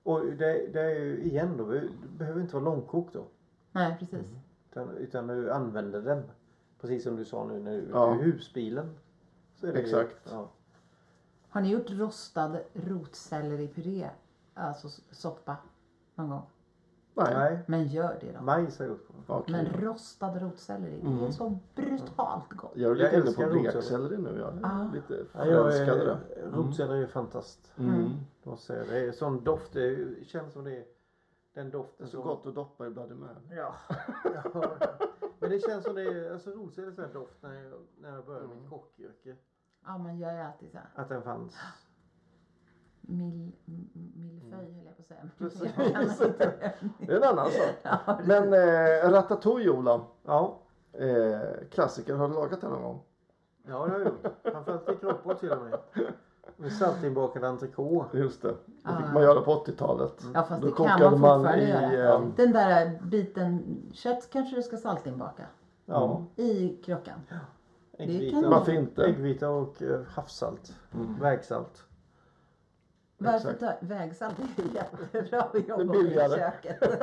B: Och det, det är ju igen då, det behöver inte vara långkokt då.
D: Nej, precis.
B: Mm. Utan, utan du använder den. Precis som du sa nu när du,
C: Ja.
B: i husbilen. Så är det ju-
C: Exakt.
B: Ja.
D: Har ni gjort rostad rotselleripuré? Alltså s- soppa någon gång?
C: Nej.
B: Nej,
D: Men gör det då.
B: majs har jag gjort. på.
C: Okej.
D: Men rostad rotselleri,
B: Mm.
D: det är så brutalt gott.
C: Jag är
B: Jag
C: lite inne
B: älskar
C: på
B: rotselleri.
C: blekselleri nu. Jag är
D: Ah.
C: lite Mm.
B: Ja, jag Mm.
C: förälskad i
B: är,
C: det.
B: rotselleri är fantast.
D: Mm.
B: Jag måste säga, Det är sån doft. Det känns som det är den doften.
C: Så
B: som-
C: gott att doppa i Bloody Mary.
D: Ja.
B: Ja, Men det känns som det är, alltså rotselleri är sån här doft när jag, när jag började mitt kockyrke.
D: Ja, man gör ju alltid så här.
B: Att den fanns.
D: Mil, m- millefeuille höll jag på att säga.
C: Det är en annan sak. Men eh, Ratatouille Ola.
B: Ja,
C: Eh, klassiker. Har du lagat den någon gång?
B: ja det har jag gjort. Framförallt i kroppar till och med. Med saltinbakad entrecote.
C: Just det. Det fick man göra på 80-talet.
D: Mm. Ja, fast
C: Då
D: det kan man
C: kokade man
D: fortfarande
C: i,
D: göra.
C: ehm,
D: Den där biten kött kanske du ska saltinbaka
C: Mm.
B: Ja,
D: i krockan.
B: äggvita,
C: Varför inte?
B: äggvita och eh, havssalt. Vägsalt.
D: Varför ta vägsalt? Det är jättebra att jobba med i
C: billigare.
D: köket.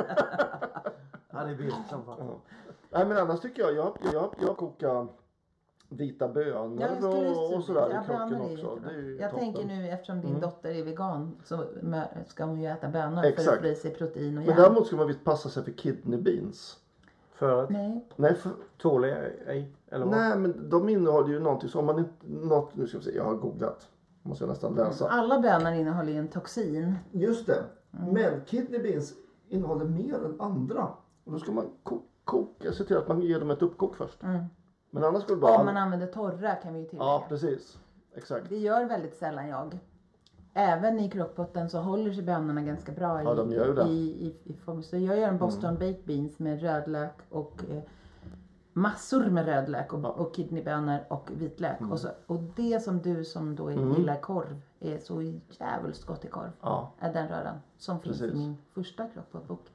B: Ja, det är billigt som fan.
C: Nej men annars tycker jag, jag, jag, jag kokar vita bönor
D: Ja, jag skulle just
C: och, och
D: säga,
C: sådär i krocken
D: bönor är
C: också.
D: jättebra.
C: Det är ju
D: jag
C: toppen. Mm.
D: tänker nu eftersom din dotter är vegan så mö- ska hon ju äta bönor för att
C: Exakt.
D: få i sig protein och
C: Men
D: järn.
C: däremot ska man visst passa sig för kidney beans.
B: För att
D: Nej,
C: Nej, för,
B: tåliga ej. Eller vad?
C: nej men de innehåller ju någonting som man inte... Något, nu ska vi se, jag har googlat. Måste jag nästan läsa.
D: alla bönor innehåller ju en toxin.
C: Just det. Men kidney beans innehåller mer än andra. Och då ska man ko- koka, se till att man ger dem ett uppkok först. Men annars ska det bara...
D: Om man använder torra kan vi ju tillägga.
C: ja precis. Exakt.
D: Det gör väldigt sällan jag. Även i krockpotten så håller sig bönorna ganska bra i,
C: Ja, de gör ju det. Mm.
D: i, i, i form. Så jag gör en Boston baked beans med rödlök och eh, massor med rödlök och, och kidneybönor och vitlök.
C: Mm.
D: Och, så, och det som du som då gillar korv är så jävligt gott i korv.
C: Ja.
D: Är den röran som finns
C: Precis.
D: i min första krockpottbok.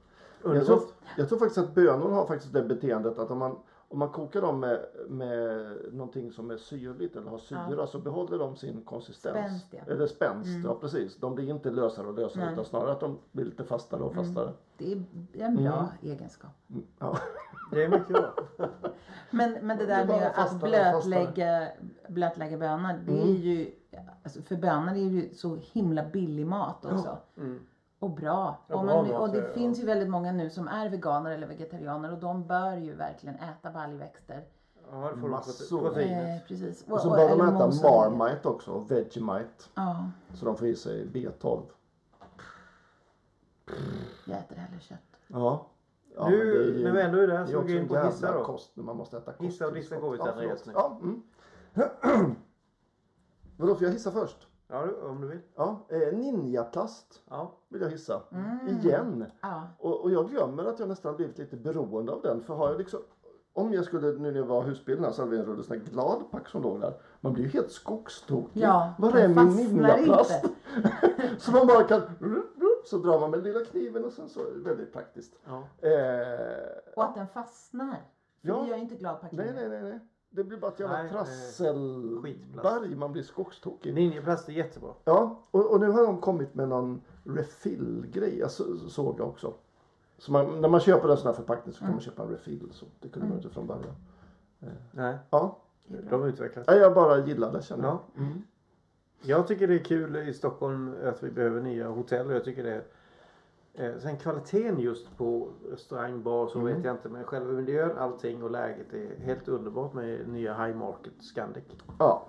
C: Jag tror,
B: Underbart.
C: jag tror faktiskt att bönor har faktiskt det beteendet att om man, om man kokar dem med, med någonting som är syrligt eller har syra så behåller de sin konsistens.
D: Spänst, ja.
C: Eller spänst, ja precis. De blir inte lösare och lösare utan snarare att de blir lite fastare och fastare.
D: Det är en bra
C: Mm.
D: egenskap.
C: Ja.
B: Det är mycket bra.
D: Men, men
C: Det
D: det där
C: är bara
D: med att
C: fastare och fastare. Mm.
D: blötlägga, blötlägga bönor, det är ju, alltså för bönor är ju så himla billig mat också.
C: Mm.
D: Och bra.
B: Ja,
D: och,
B: bra
D: man,
B: mat
D: och det
B: är det, ja.
D: finns ju väldigt många nu som är veganer eller vegetarianer och de bör ju verkligen äta baljväxter.
B: Ja, det får
C: Massor.
B: du proteinet.
D: Eh, precis.
C: Och så bör de
D: eller
C: äta
D: mozza ner.
C: Marmite också och Vegemite.
D: Ja,
C: Så de får i sig B12.
D: jag äter hellre kött.
C: Ja. Ja,
B: Nu-
C: men det är ju-
B: när vi ändå är där
C: det
B: så går
C: också
B: vi in
C: en
B: på
C: jävla
B: hissa då.
C: Kost, när man måste äta kost.
B: Hissa och dissa går ut,
C: Ja,
B: Andreas,
C: förlåt. Ja, mm. Vadå, får jag hissa först?
B: Ja, du, om du vill.
C: Ja, eh, ninjaplast
B: Ja.
C: vill jag hissa. Igen.
B: Mm.
D: Ja.
C: Och, och jag glömmer att jag nästan blivit lite beroende av den. För har jag liksom Om jag skulle nu när jag var husbilarna så hade vi en rulle sån här gladpack som låg där. Man blir ju helt skogstokig.
D: Ja,
C: Var
D: den
C: är min
D: fastnar
C: ninjaplast? så man bara kan... Så drar man med lilla kniven och sen så. Väldigt praktiskt. Eh,
D: Och att den fastnar. För
C: Ja.
D: Det gör ju inte gladpacken.
C: nej, nej, nej, nej. Det blir bara ett
B: Nej,
C: jävla
B: eh,
C: trasselberg. Man blir skogstokig.
B: Ninjaplast är jättebra.
C: Ja, och, och nu har de kommit med någon refill-grej. Jag så- såg jag också. Så man, när man köper en sån här förpackning så kan
B: Mm.
C: man köpa en refill. Så det kunde man inte från början.
B: Nej,
C: Ja,
B: de utvecklas.
C: Nej, jag bara gillade känner jag.
B: Ja. Jag tycker det är kul i Stockholm att vi behöver nya hotell och jag tycker det är... eh, Sen kvaliteten just på restaurang, bar så
C: Mm.
B: vet jag inte men själva miljön, allting och läget är helt underbart med nya High Market Scandic.
C: Ja.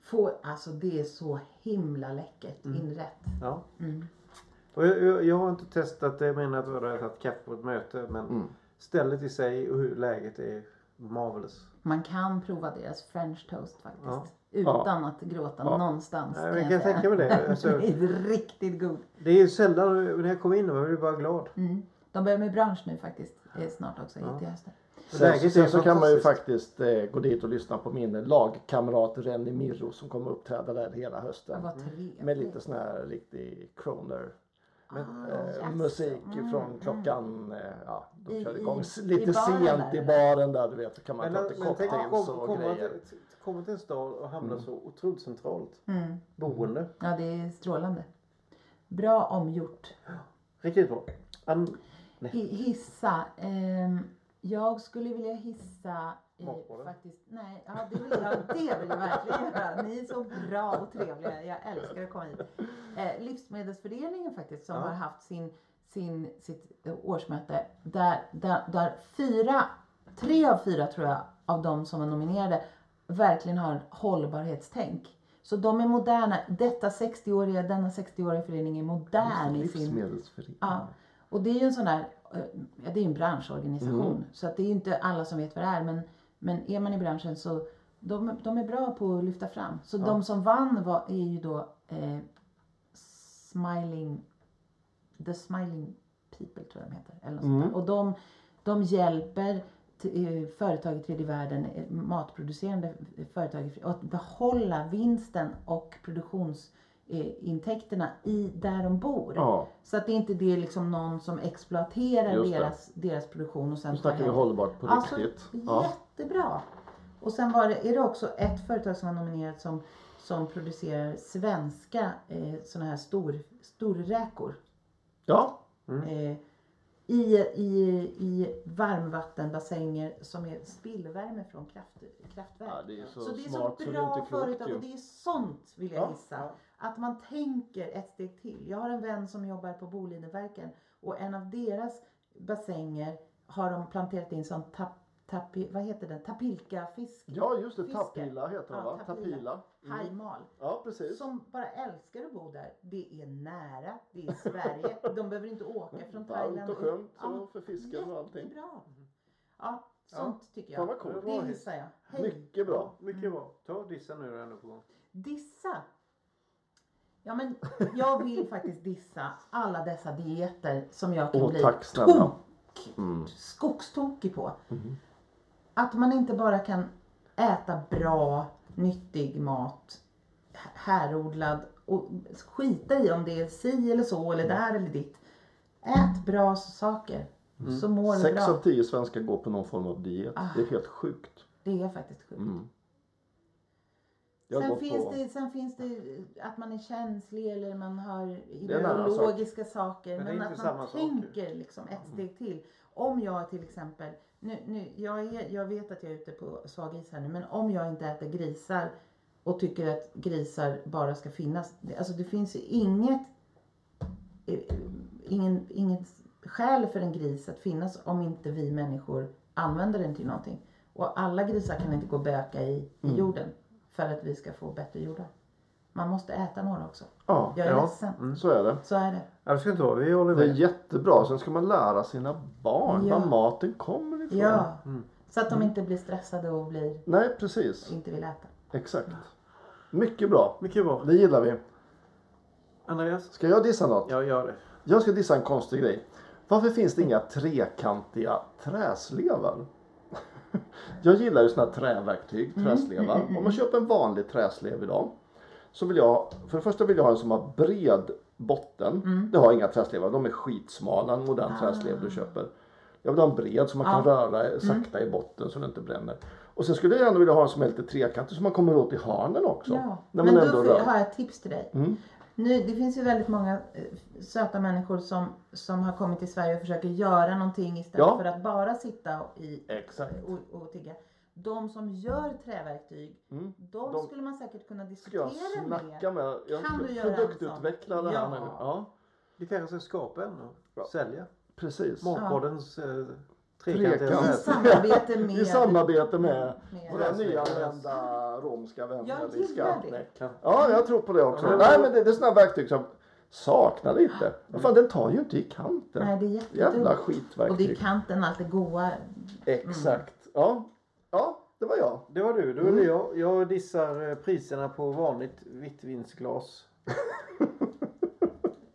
D: Få, alltså det är så himla läckert
C: Mm.
D: inrätt.
B: Ja. Och jag, jag, jag har inte testat det men att vara tagit kaffe på ett möte men
C: Mm.
B: stället i sig och hur läget är marvelous.
D: Man kan prova deras french toast faktiskt.
B: Ja.
D: Utan att gråta någonstans.
B: Nej, men jag kan tänka mig det. Alltså-
D: Den är riktigt god.
B: Det är ju sällan när jag kommer in och jag blir bara glad.
D: De börjar med brunch nu faktiskt. eh, Snart också, hit i hösten.
C: Sen,
B: Läget är
C: sen så kan man ju
B: fantastiskt.
C: faktiskt eh, gå dit och lyssna på min lagkamrat Renny Mirro som kommer uppträda där hela hösten.
D: Vad trevligt.
B: Mm.
C: Med lite sån här riktig kroner. eh,
D: Jaså.
C: Musik från klockan, eh, ja, de
D: Mm. I-
C: kör
D: i-
C: igång
D: i
C: lite
D: baren
C: sent
D: där,
C: i
D: eller?
C: baren där du vet. Så kan man
B: Men,
C: ta lite
B: men tänk att
C: cocktails
B: kom-
C: och
B: komma
C: grejer.
B: till, komma till en stad och hamna så otroligt centralt.
C: Mm.
B: Boende.
D: Ja, det är strålande. Bra omgjort.
B: Riktigt bra. An-
D: Hi- hissa. ehm, jag skulle vilja hissa eh,
B: Matbollen?
D: faktiskt, nej, ja, det vill jag, det vill jag verkligen göra. Ni är så bra och trevliga. Jag älskar att komma hit. Eh, livsmedelsföreningen faktiskt som har haft sin, sin, sitt eh, årsmöte där, där, där fyra, tre av fyra tror jag av de som var nominerade verkligen har hållbarhetstänk. Så de är moderna. Detta 60-åriga, denna 60-åriga förening är modern i sin
C: Livsmedelsförening.
D: Ja, och det är ju en sån där, eh, ja, det är ju en branschorganisation. Så att det är ju inte alla som vet vad det är. Men, men är man i branschen så de, de är bra på att lyfta fram. Så de som vann var, är ju då eh, Smiling, The Smiling People tror jag de heter. Eller något sånt där. Och de, de hjälper t- eh, företag i tredje världen, eh, matproducerande f- företag, i- att behålla vinsten och produktionsintäkterna i där de bor.
C: Ja.
D: Så att det inte det är liksom någon som exploaterar
C: Just det.
D: deras, deras produktion och sen
C: Nu snackar vi hållbart på
D: Alltså,
C: riktigt. Ja.
D: Jättebra. Och sen var det, är det också ett företag som var nominerat som, som producerar svenska eh, sådana här stor, storräkor.
C: Ja,
D: Eh, i, i, I varmvattenbassänger som är spillvärme från kraft, kraftverk.
C: Ja, det är så
D: så det är
C: smart så
D: så
C: det är
D: bra
C: inte klokt
D: företag
C: ju.
D: och det är sånt vill jag
C: Ja,
D: gissa. Att man tänker ett steg till. Jag har en vän som jobbar på Bolidenverken och en av deras bassänger har de planterat in sån tap, tapi, vad heter den? tapilkafisk.
C: Ja, just det.
D: Fiske.
C: Tapila heter den, va? Tapila. Mm.
D: Hajmal.
C: ja precis.
D: Som bara älskar att bo där. Det är nära, det är Sverige. De behöver inte åka från Thailand.
C: och skönt
D: Ja, men
C: och för fisken och allting.
D: Jättebra. Ja, sånt tycker
C: fan
D: jag.
C: vad coolt.
D: Det gissar jag. Hej.
C: Mycket bra.
B: Mycket bra. Ta och dissa nu är jag ändå på gång.
D: Dissa. Ja, men jag vill faktiskt dissa alla dessa dieter som jag kan
C: Åh,
D: bli
C: tack snälla. Mm. Mm-hmm.
D: tok, skogstokig på. Att man inte bara kan äta bra, nyttig mat, h- härodlad och skita i om det är si eller så eller
C: Mm.
D: där eller ditt. Ät bra saker så mår du
C: Mm. Sex
D: bra.
C: av
D: Ah.
C: tio svenskar går på någon form av diet. Det är helt sjukt.
D: Det är faktiskt sjukt.
C: Mm. Jag går
D: Sen finns,
C: på...
D: det, sen finns det att man är känslig eller man har
C: en annan sak.
D: ideologiska saker.
B: Men
D: Men,
B: det är inte
D: att
B: samma
D: man
B: sak. Mm.
D: tänker liksom ett steg till. Om jag till exempel, nu, nu, jag, är, jag vet att jag är ute på svag is här nu, men om jag inte äter grisar och tycker att grisar bara ska finnas. det- Alltså det finns ju inget, eh, ingen, inget skäl för en gris att finnas om inte vi människor använder den till någonting. Och alla grisar kan inte gå och böka i, i
B: Mm.
D: jorden för att vi ska få bättre jordar. Man måste äta några också.
C: Ja,
D: jag är
B: ja. Mm.
D: ledsen.
C: Så är det.
D: Så är det.
B: Ja, det ska inte vara. Vi håller
C: Det är
B: med.
C: jättebra. Sen ska man lära sina barn
D: Ja.
C: var maten kommer ifrån.
D: Ja.
C: Mm.
D: Så att de inte blir stressade och blir,
C: Nej, precis.
D: inte vill äta.
C: Exakt. Mycket bra.
B: Mycket bra.
C: Det gillar vi.
B: Andreas?
C: Ska jag dissa något?
B: Jag gör det.
C: Jag ska dissa en konstig grej. Varför finns det inga trekantiga träslevar? Jag gillar ju sådana här träverktyg,
D: Mm.
C: träslevar. Om man köper en vanlig träslev idag. Så vill jag, för det första vill jag ha en som har bred botten.
D: Mm.
C: Det har inga träslevar, de är skitsmala. En modern
D: Ah.
C: träslev du köper. Jag vill ha en bred som man kan
D: Mm.
C: röra sakta i botten så den inte bränner. Och sen skulle jag gärna vilja ha en som är lite trekantig så man kommer åt i hörnen också.
D: Ja.
C: När man ändå
D: Men
C: Mm.
D: då
C: rör.
D: vill- har jag ett tips till dig. Nu, det finns ju väldigt många eh, söta människor som, som har kommit till Sverige och försöker göra någonting istället
C: Ja.
D: för att bara sitta och- i,
C: Exakt.
D: och, och tigga. De som gör träverktyg,
C: Mm.
D: de,
C: De-
D: skulle man säkert kunna
C: Ska
D: diskutera
C: jag snacka med, jag
D: Kan
C: ska
D: du göra en sån?
C: produktutveckla det här
D: Ja.
C: nu. Ja,
B: Det är färre som skapar än att sälja.
C: precis.
B: Matbollens eh, trekantiga
C: Trekant.
D: I
B: nät.
D: samarbete med...
C: I samarbete med
D: Med-
C: våra nyanlända romska vänner
D: Jag
C: i
D: gillar det.
C: Skarpnäck. Ja, jag tror på det också.
B: Ja.
C: Nej, men det, det är sådana verktyg som saknar lite. Vad fan, den tar ju inte i kanten.
D: Nej, det är jättedumt.
C: Jävla
D: Och det är
C: skitverktyg.
D: kanten, allt det goa.
C: Exakt. Ja. ja, det var jag.
B: Det var du, då är
C: Mm.
B: det jag. Jag dissar eh, priserna på vanligt vittvinsglas.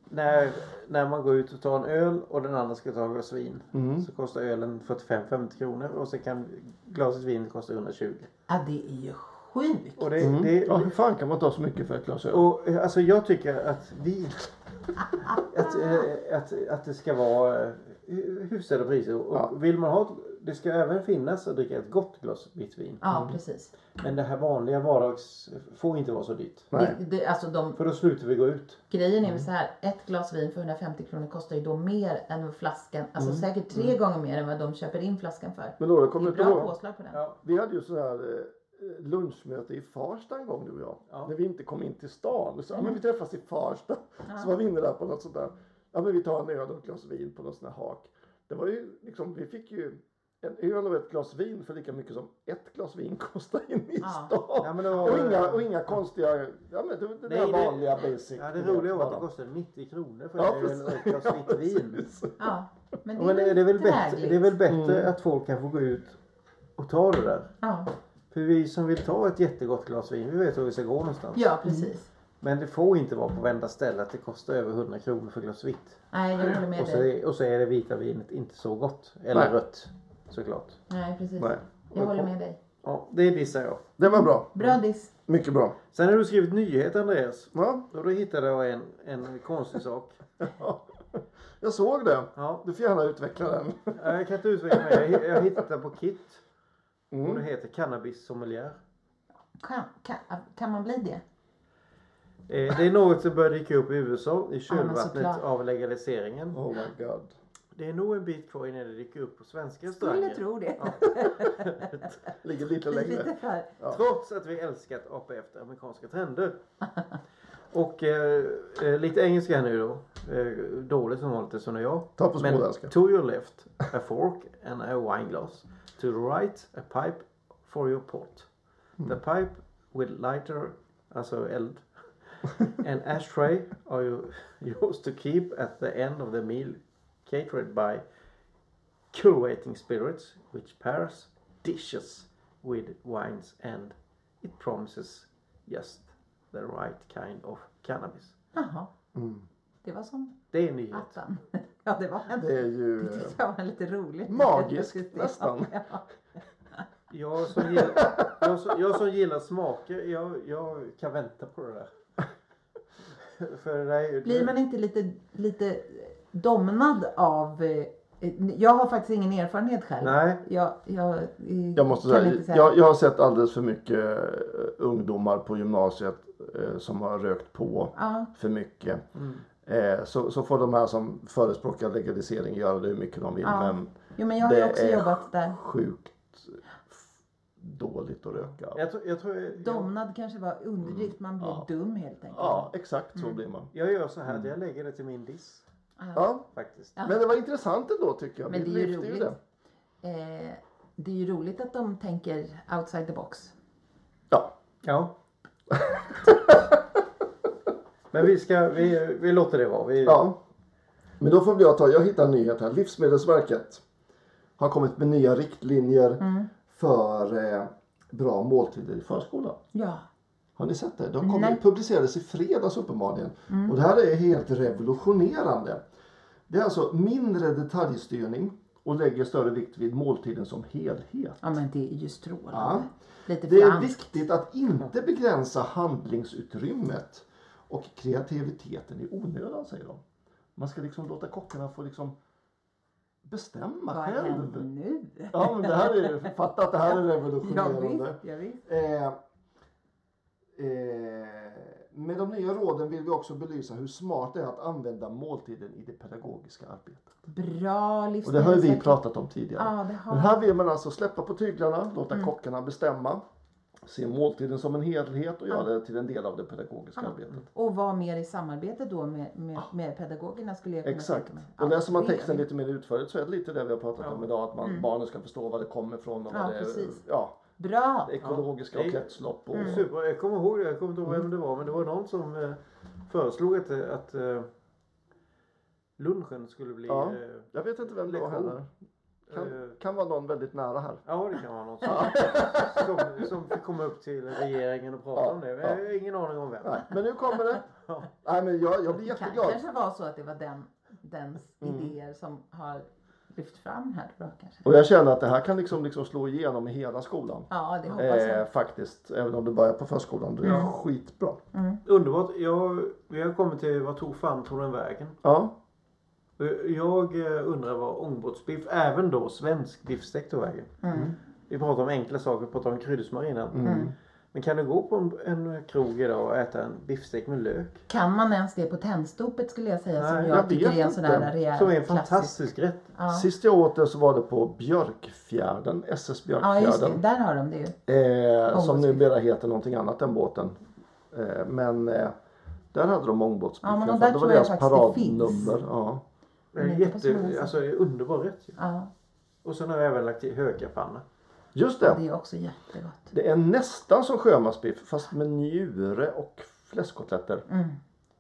B: när, när man går ut och tar en öl och den andra ska ta ett glas vin.
C: Mm.
B: Så kostar ölen 45-50 kronor och så kan glaset vin kosta 120.
D: Ja, det är ju sjukt.
B: Och det, det,
C: Mm. Ja, hur fan kan man ta så mycket för ett glas öl?
B: Och eh, alltså jag tycker att vi... Att, eh, att, att det ska vara eh, hu- hyfsade priser. Och vill man ha... ett- Det ska även finnas att dricka ett gott glas vitt vin.
D: Ja,
C: Mm.
D: precis.
B: Men det här vanliga vardags eh, får inte vara så dyrt.
C: Nej.
D: Det, det, alltså de
B: För då slutar vi gå ut.
D: Grejen är väl så här, ett glas vin för 150 kronor kostar ju då mer än vad flaskan, alltså
B: Mm.
D: säkert tre gånger mer än vad de köper in flaskan för.
C: Men då, det
D: det
C: kommer
D: är
C: inte
D: bra
C: ihåg.
D: påslag på den.
B: Ja.
C: Vi hade ju så här eh, lunchmöte i Farsta en gång du och jag. När vi inte kom in till stan. Så, ja,
B: Mm.
C: men vi träffas i Farsta. Så var vi inne där på något sånt där. Ja men vi tar en öl och ett glas vin på något sånt här hak. Det var ju liksom, vi fick ju en öl och ett glas vin för lika mycket som ett glas vin kostar in i stan.
B: Ja, men det var-
C: och, inga, och inga konstiga, ja men det, det
B: Nej,
C: där
B: det-
C: vanliga basic.
B: Ja, det
C: du vet,
B: roliga var att det
C: bara.
B: kostade 90 kronor för
C: Ja,
B: en öl
C: precis.
B: och ett glas
C: Ja,
B: vitt vin.
C: precis.
D: Ja, men det
B: Ja,
D: är,
B: Men det, det, är väl bättre,
D: drägligt.
B: det är väl bättre att folk kan få gå ut och ta det där.
D: Ja,
B: För vi som vill ta ett jättegott glas vin, vi vet var vi ska gå någonstans.
D: ja precis.
B: Men det får inte vara på varenda ställe att det kostar över 100 kronor för glas vitt.
D: Nej, jag håller med
B: Och så,
D: dig.
B: är, och så är det vita vinet inte så gott. Eller
C: Nej.
B: rött såklart.
D: Nej, precis.
C: Nej.
D: Jag håller med dig.
B: Ja, det dissar jag.
C: Det var bra.
D: Bra diss.
C: Mycket bra.
B: Sen har du skrivit nyheter Andreas.
C: Ja.
B: Och då hittade jag en, en konstig sak.
C: Jag såg det.
B: Ja.
C: Du får gärna utveckla den.
B: Ja, Jag kan inte utveckla mig. Jag, jag hittade den på Kit.
D: Mm.
B: Och det heter Cannabis sommelier.
D: Kan, kan, kan man bli det?
B: Eh, det är något som började dyka upp i USA i
D: men
B: kölvattnet
D: såklart.
B: av legaliseringen.
C: Oh my god.
B: Det är nog en bit kvar innan det dyker upp på svenska
D: Skulle
B: restauranger.
D: tro det.
C: Ligger lite
D: Lite
C: längre.
D: för.
B: Trots att vi älskat apa efter amerikanska trender. Och eh, eh, lite engelska här nu då. Eh, dåligt som vanligt som jag.
C: Ta på
B: Men
C: småländska.
B: to your left a fork and a wine glass. To the right a pipe for your pot. The
C: Mm.
B: pipe with lighter, alltså eld. An ashtray are you used to keep at the end of the meal catered by curating spirits which pairs dishes with wines and it promises just the right kind of cannabis.
D: Jaha.
B: Mm.
D: Det var som
B: Det är en nyhet.
D: attan. Ja, det var en,
C: Det är ju...
D: det
C: eh,
D: tyckte jag var lite roligt.
C: Magiskt nästan.
B: Jag som gillar, jag som, jag som gillar smaker, jag, jag kan vänta på det där. För det där är ju...
D: Blir man inte lite, lite domnad av... eh, Jag har faktiskt ingen erfarenhet själv.
B: Nej.
D: Jag, jag, eh,
C: Jag måste
D: kan
C: säga,
D: inte säga.
C: Jag, jag har sett alldeles för mycket eh, ungdomar på gymnasiet eh, som har rökt på för mycket.
D: Mm.
C: Eh, så, så får de här som förespråkar legalisering göra det hur mycket de vill. Men
D: Jo, men jag har ju
C: det
D: också
C: är
D: jobbat där.
C: sjukt f- dåligt att röka.
B: Jag, tror- jag tror... Jag,
D: Domnad kanske var underdrift. Man blir dum helt enkelt.
C: Ja, exakt så
D: Mm.
C: blir man.
B: jag gör så här att jag lägger det till min diss.
C: Ja.
B: Faktiskt.
C: Men det var intressant ändå tycker jag.
D: Men
C: Vi
D: det är ju
C: lyfte ju
D: roligt.
C: det.
D: Eh, det är ju roligt att de tänker outside the box.
C: Ja.
B: Ja. Men vi ska... Vi, vi låter det vara. Vi,
C: Ja. Men då får väl jag ta, jag hittar en nyhet här. Livsmedelsverket har kommit med nya riktlinjer för eh, bra måltider i förskolan.
D: Ja.
C: Har ni sett det? De kom, publicerades i fredags uppenbarligen. Och det här är helt revolutionerande. Det är alltså mindre detaljstyrning och lägger större vikt vid måltiden som helhet.
D: Ja men det är ju strålande. Lite
C: Det är
D: franskt.
C: viktigt att inte begränsa handlingsutrymmet och kreativiteten i onödan, säger de. Man ska liksom låta kockarna få liksom bestämma
D: Vad
C: själv.
D: händer nu?
C: Ja, men det här är, fatta att det här är
D: Ja,
C: revolutionerande.
D: visst, ja, visst.
C: Eh, eh, med de nya råden vill vi också belysa hur smart det är att använda måltiden i det pedagogiska arbetet.
D: Bra
C: Och
D: livsmedel.
C: det har ju vi pratat om tidigare.
D: Ja, Mm. det har
C: Men här vill man alltså släppa på tyglarna, låta kockarna bestämma, se måltiden som en helhet och göra det till en del av det pedagogiska arbetet.
D: Och vara mer i samarbete då med, med, med pedagogerna skulle jag kunna
C: Ah. Exakt.
D: tänka mig. Ja,
C: Och läser man
D: det är
C: texten
D: det.
C: lite mer utförligt så är det lite det vi har pratat om idag. Att man, barnen ska förstå var det kommer ifrån och vad
D: Mm. Ja,
C: det är.
D: precis. Mm.
C: Ja,
D: Bra!
C: det ekologiska och
B: Ja.
C: kretslopp. Och,
B: Super. Jag kommer ihåg det. Jag kommer inte ihåg
C: Mm.
B: vem det var. Men det var någon som eh, föreslog att, eh, att eh, lunchen skulle bli...
C: Ja.
B: eh,
C: Jag vet inte vem det var
B: Lektion.
C: heller. Kan,
B: Eh.
C: kan vara någon väldigt nära här.
B: Ja, det kan vara någon som, som, som fick komma upp till regeringen och prata
C: Ja,
B: om det.
C: ja.
B: Jag har ingen aning om vem.
C: Nej, men nu kommer det. Nej, men jag, jag blir
D: Kan
C: jätteglad.
D: kanske var så att det var den, dens idéer som har lyft fram här då kanske.
C: Mm. Och jag känner att det här kan liksom, liksom slå igenom i hela skolan.
D: Ja, det hoppas jag.
C: Eh, faktiskt, även om det börjar på förskolan. Det är skitbra.
B: Underbart. Jag, vi har kommit till vad tog fan tog den vägen?
C: Ja,
B: Och Jag eh, undrar vad ångbåtsbiff, även då svensk biffstek tog vägen.
C: Mm.
B: Vi pratar om enkla saker, vi pratar om kryddor innan. Men kan du gå på en, en krog idag och äta en biffstek med lök?
D: Kan man ens det på tändstopet skulle jag säga som
B: Nej,
D: jag,
C: jag
D: tycker
C: vet
D: är en sån där
C: inte.
D: rejäl
B: Som är en
D: klassisk-
B: fantastisk rätt.
C: sist jag åt det så var det på Björkfjärden, SS
D: Ja just det,
C: Björkfjärden.
D: där har de det ju.
C: eh, som
D: Ångbåtsbiff.
C: numera heter någonting annat än båten. Eh, men eh, där hade de ångbåtsbiff.
D: Ja, men
C: i alla fall.
D: de
C: det
D: där
C: var
D: tror jag
C: deras
D: faktiskt det finns.
C: paradnummer. Ja.
B: Det är
D: Nej, det passar bra.
B: jätte, alltså, det är underbar rätt. ju.
D: Ja,
B: Och sen har jag även lagt i hökapanna.
C: Just
D: det
C: det.
D: är också jättegott.
C: Det är nästan som sjömansbiff fast med njure och fläskkotletter.
D: Mm.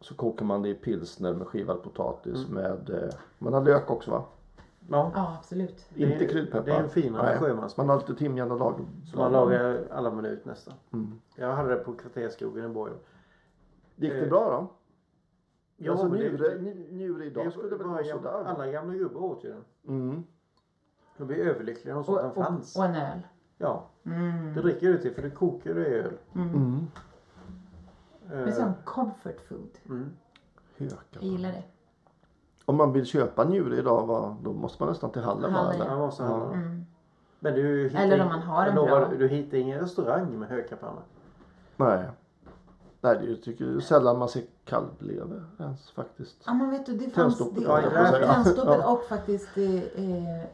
C: Så kokar man det i pilsner med skivad potatis
D: Mm.
C: med... Eh, man har lök också va?
B: Ja.
D: Ja, absolut.
C: Inte kryddpeppar.
B: det är en finare
C: Nej.
B: sjömansbiff.
C: Man har lite timjan och lager.
B: Som man lagar alla minut nästan. Jag hade det på kvarterskrogen i Borg.
C: Gick det bra då?
B: Ja,
C: alltså
B: men det-
C: njure, nj- njure
B: Det
C: idag skulle väl
B: bara
C: vara
B: gamla-
C: sådär. Mm. va?
B: Alla gamla gubbar åt ju den. De blir överlyckliga när de såg
D: Och,
B: att den
D: och,
B: fanns.
D: och Mm. en öl.
B: Ja. Det dricker du till för det kokar du i öl.
D: Det
C: Eh.
D: är som comfort food.
C: Hökar.
D: Jag
C: Mm.
D: gillar det.
C: Om man vill köpa njure idag va, då måste man nästan till hallen va?
D: Hallen,
C: eller?
B: Ja, vad så handlar det om. Men du hittar
D: Mm. Eller om
B: ing-
D: man har en
B: jag lovar,
D: bra.
B: Du hittar ingen restaurang med hökapanna.
C: Nej. Nej, det är ju- tycker jag, sällan man ser kalvlever ens faktiskt.
D: Ja men vet du, det fanns
C: Tändstoppet,
D: det-
C: ja,
B: jag höll på att
C: säga.
D: Tändstoppet
C: Ja.
D: och faktiskt eh, eh,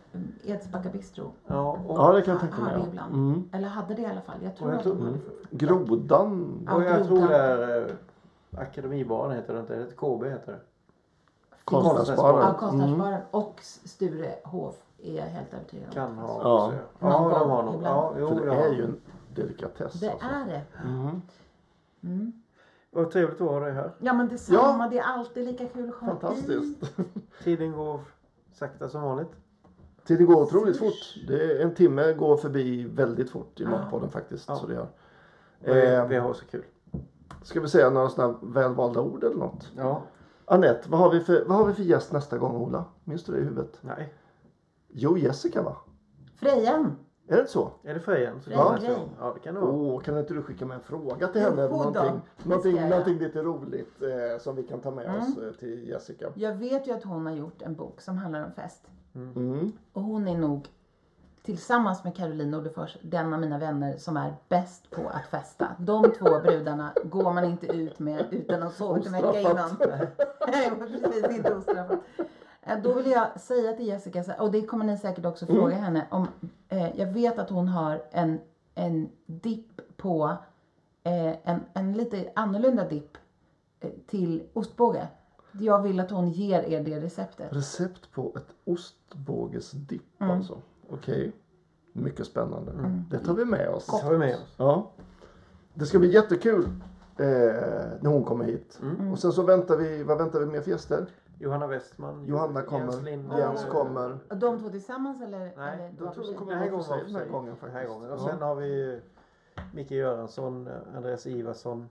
D: Edsbacka Bistro.
B: Ja, och,
C: Ja, det kan jag tänka
D: Har
C: mig.
D: det
C: ja. Mm.
D: ibland. Eller hade det i alla fall. Jag tror
B: och jag
D: att
B: tror,
D: de hade
C: Grodan.
B: och jag tror
D: Grodan.
B: det är eh, Akademibaren heter det inte. Det heter KB heter det.
D: Ja,
C: Konstnärsbaren.
D: konstnärsbaren och Sturehof är jag helt övertygad om.
B: Kan ha
C: Ja.
B: också. Ja, ja de har nog.
D: Ibland.
B: Ja, jo,
C: För
B: ja.
C: det är ju en delikatess.
D: Det
C: alltså.
D: är det.
B: Vad trevligt att ha dig här.
D: Ja men detsamma, det är alltid lika kul att Mm. komma hit.
C: Fantastiskt.
B: Tiden går sakta som vanligt.
C: Tiden går otroligt fort. Det är, en timme går förbi väldigt fort i Matpodden faktiskt. Så det gör.
B: Eh,
C: Eh,
B: vi har så kul.
C: Ska vi säga några sådana välvalda ord eller något?
B: Ja.
C: Anette, vad har, vi för, vad har vi för gäst nästa gång Ola? Minns du det i huvudet?
B: Nej.
C: Jo, Jessica va?
D: Frejan!
C: Är det så?
B: Är det Frejan? som
D: Ja.
B: är nästa gång? ja, det kan det vara.
C: Åh, kan inte du skicka med en fråga till henne?
D: Jo, då.
C: någonting,
D: Det ska
C: någonting,
D: jag.
C: någonting lite roligt eh, som vi kan ta
B: Mm.
C: med oss eh, till Jessica.
D: Jag vet ju att hon har gjort en bok som handlar om fest.
C: Mm.
D: Och hon är nog tillsammans med Caroline Nordefors den av mina vänner som är bäst på att festa. De två brudarna går man inte ut med utan att ha sovit en vecka innan. Nej, precis, inte ostraffat. Eh, Då vill jag säga till Jessica, så- och det kommer ni säkert också fråga henne om. Eh, jag vet att hon har en, en dipp på, eh, en, en lite annorlunda dipp eh, till ostbåge. Jag vill att hon ger er det receptet.
C: Recept på ett ostbågesdipp
B: Mm.
C: alltså. Okej. Mycket spännande. Det tar vi med oss.
B: Det tar vi med oss.
C: Ja. Det ska bli jättekul eh, när hon kommer hit.
B: Mm.
C: Och sen så väntar vi, vad väntar vi mer för gäster?
B: Johanna Westman.
C: Johanna
B: Jens
C: kommer,
B: Lindberg.
C: Jens kommer.
D: De två tillsammans eller? eller
B: Nej,
D: var
B: jag
D: för
B: tror
D: sig?
B: de
C: Den
B: kommer
C: här
B: vara för
C: gången var
B: sig.
C: för
B: Den
C: sig. Den här
B: här
C: gången,
B: Och
C: ja.
B: sen har vi eh, Micke Göransson, eh, Andreas Ivarsson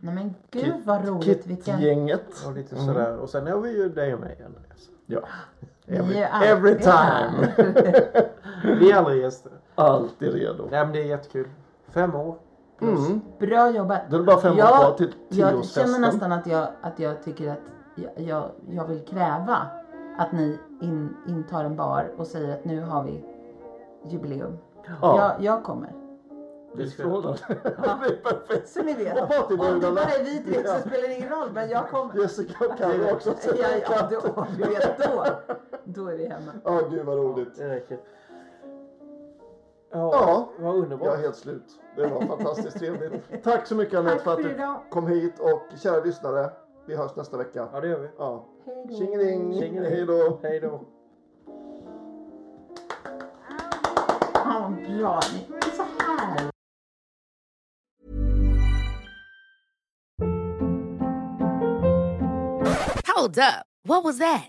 D: Nej men gud vad roligt vilken...
C: Kittgänget.
B: Mm. och lite sådär. Och sen har vi ju dig och mig Andreas.
C: Ja. Every,
D: Ni är alltid
C: every
D: här.
C: time.
B: Vi är aldrig gäster.
C: Alltid redo.
B: Nej men det är jättekul. Fem år.
D: Mm. Bra jobbat.
C: Då är det bara fem år
D: Jag-
C: kvar till
D: Jag
C: tioårsfesten.
D: känner nästan att jag, att jag tycker att jag, jag, jag vill kräva att ni in, intar en bar och säger att nu har vi jubileum.
C: Ja.
D: Jag, jag kommer.
C: Det är strålande. Det är perfekt.
D: Så ni vet.
C: Och
D: Om det
C: partybröderna.
D: bara är vi tre så spelar det ingen roll, men jag kommer.
C: Jessica kan ju också
D: Ja,
C: säga
D: ja, då, du vet då. Då är vi hemma.
C: Ja, gud vad roligt.
B: Det räcker.
C: Ja.
B: Vad underbart.
C: Jag är helt slut. Det var fantastiskt trevligt. Tack så mycket Anette
D: Tack
C: för att
D: för
C: du
D: idag.
C: kom hit och kära lyssnare. Vi hörs nästa vecka.
B: Ja det gör vi.
C: Ja.
D: Hejdå.
C: Tjingeling!
B: Tjingeling.
C: Hej då!
B: Hej då.
D: Fan vad bra. Ni är så här.
G: Hold up. What was that?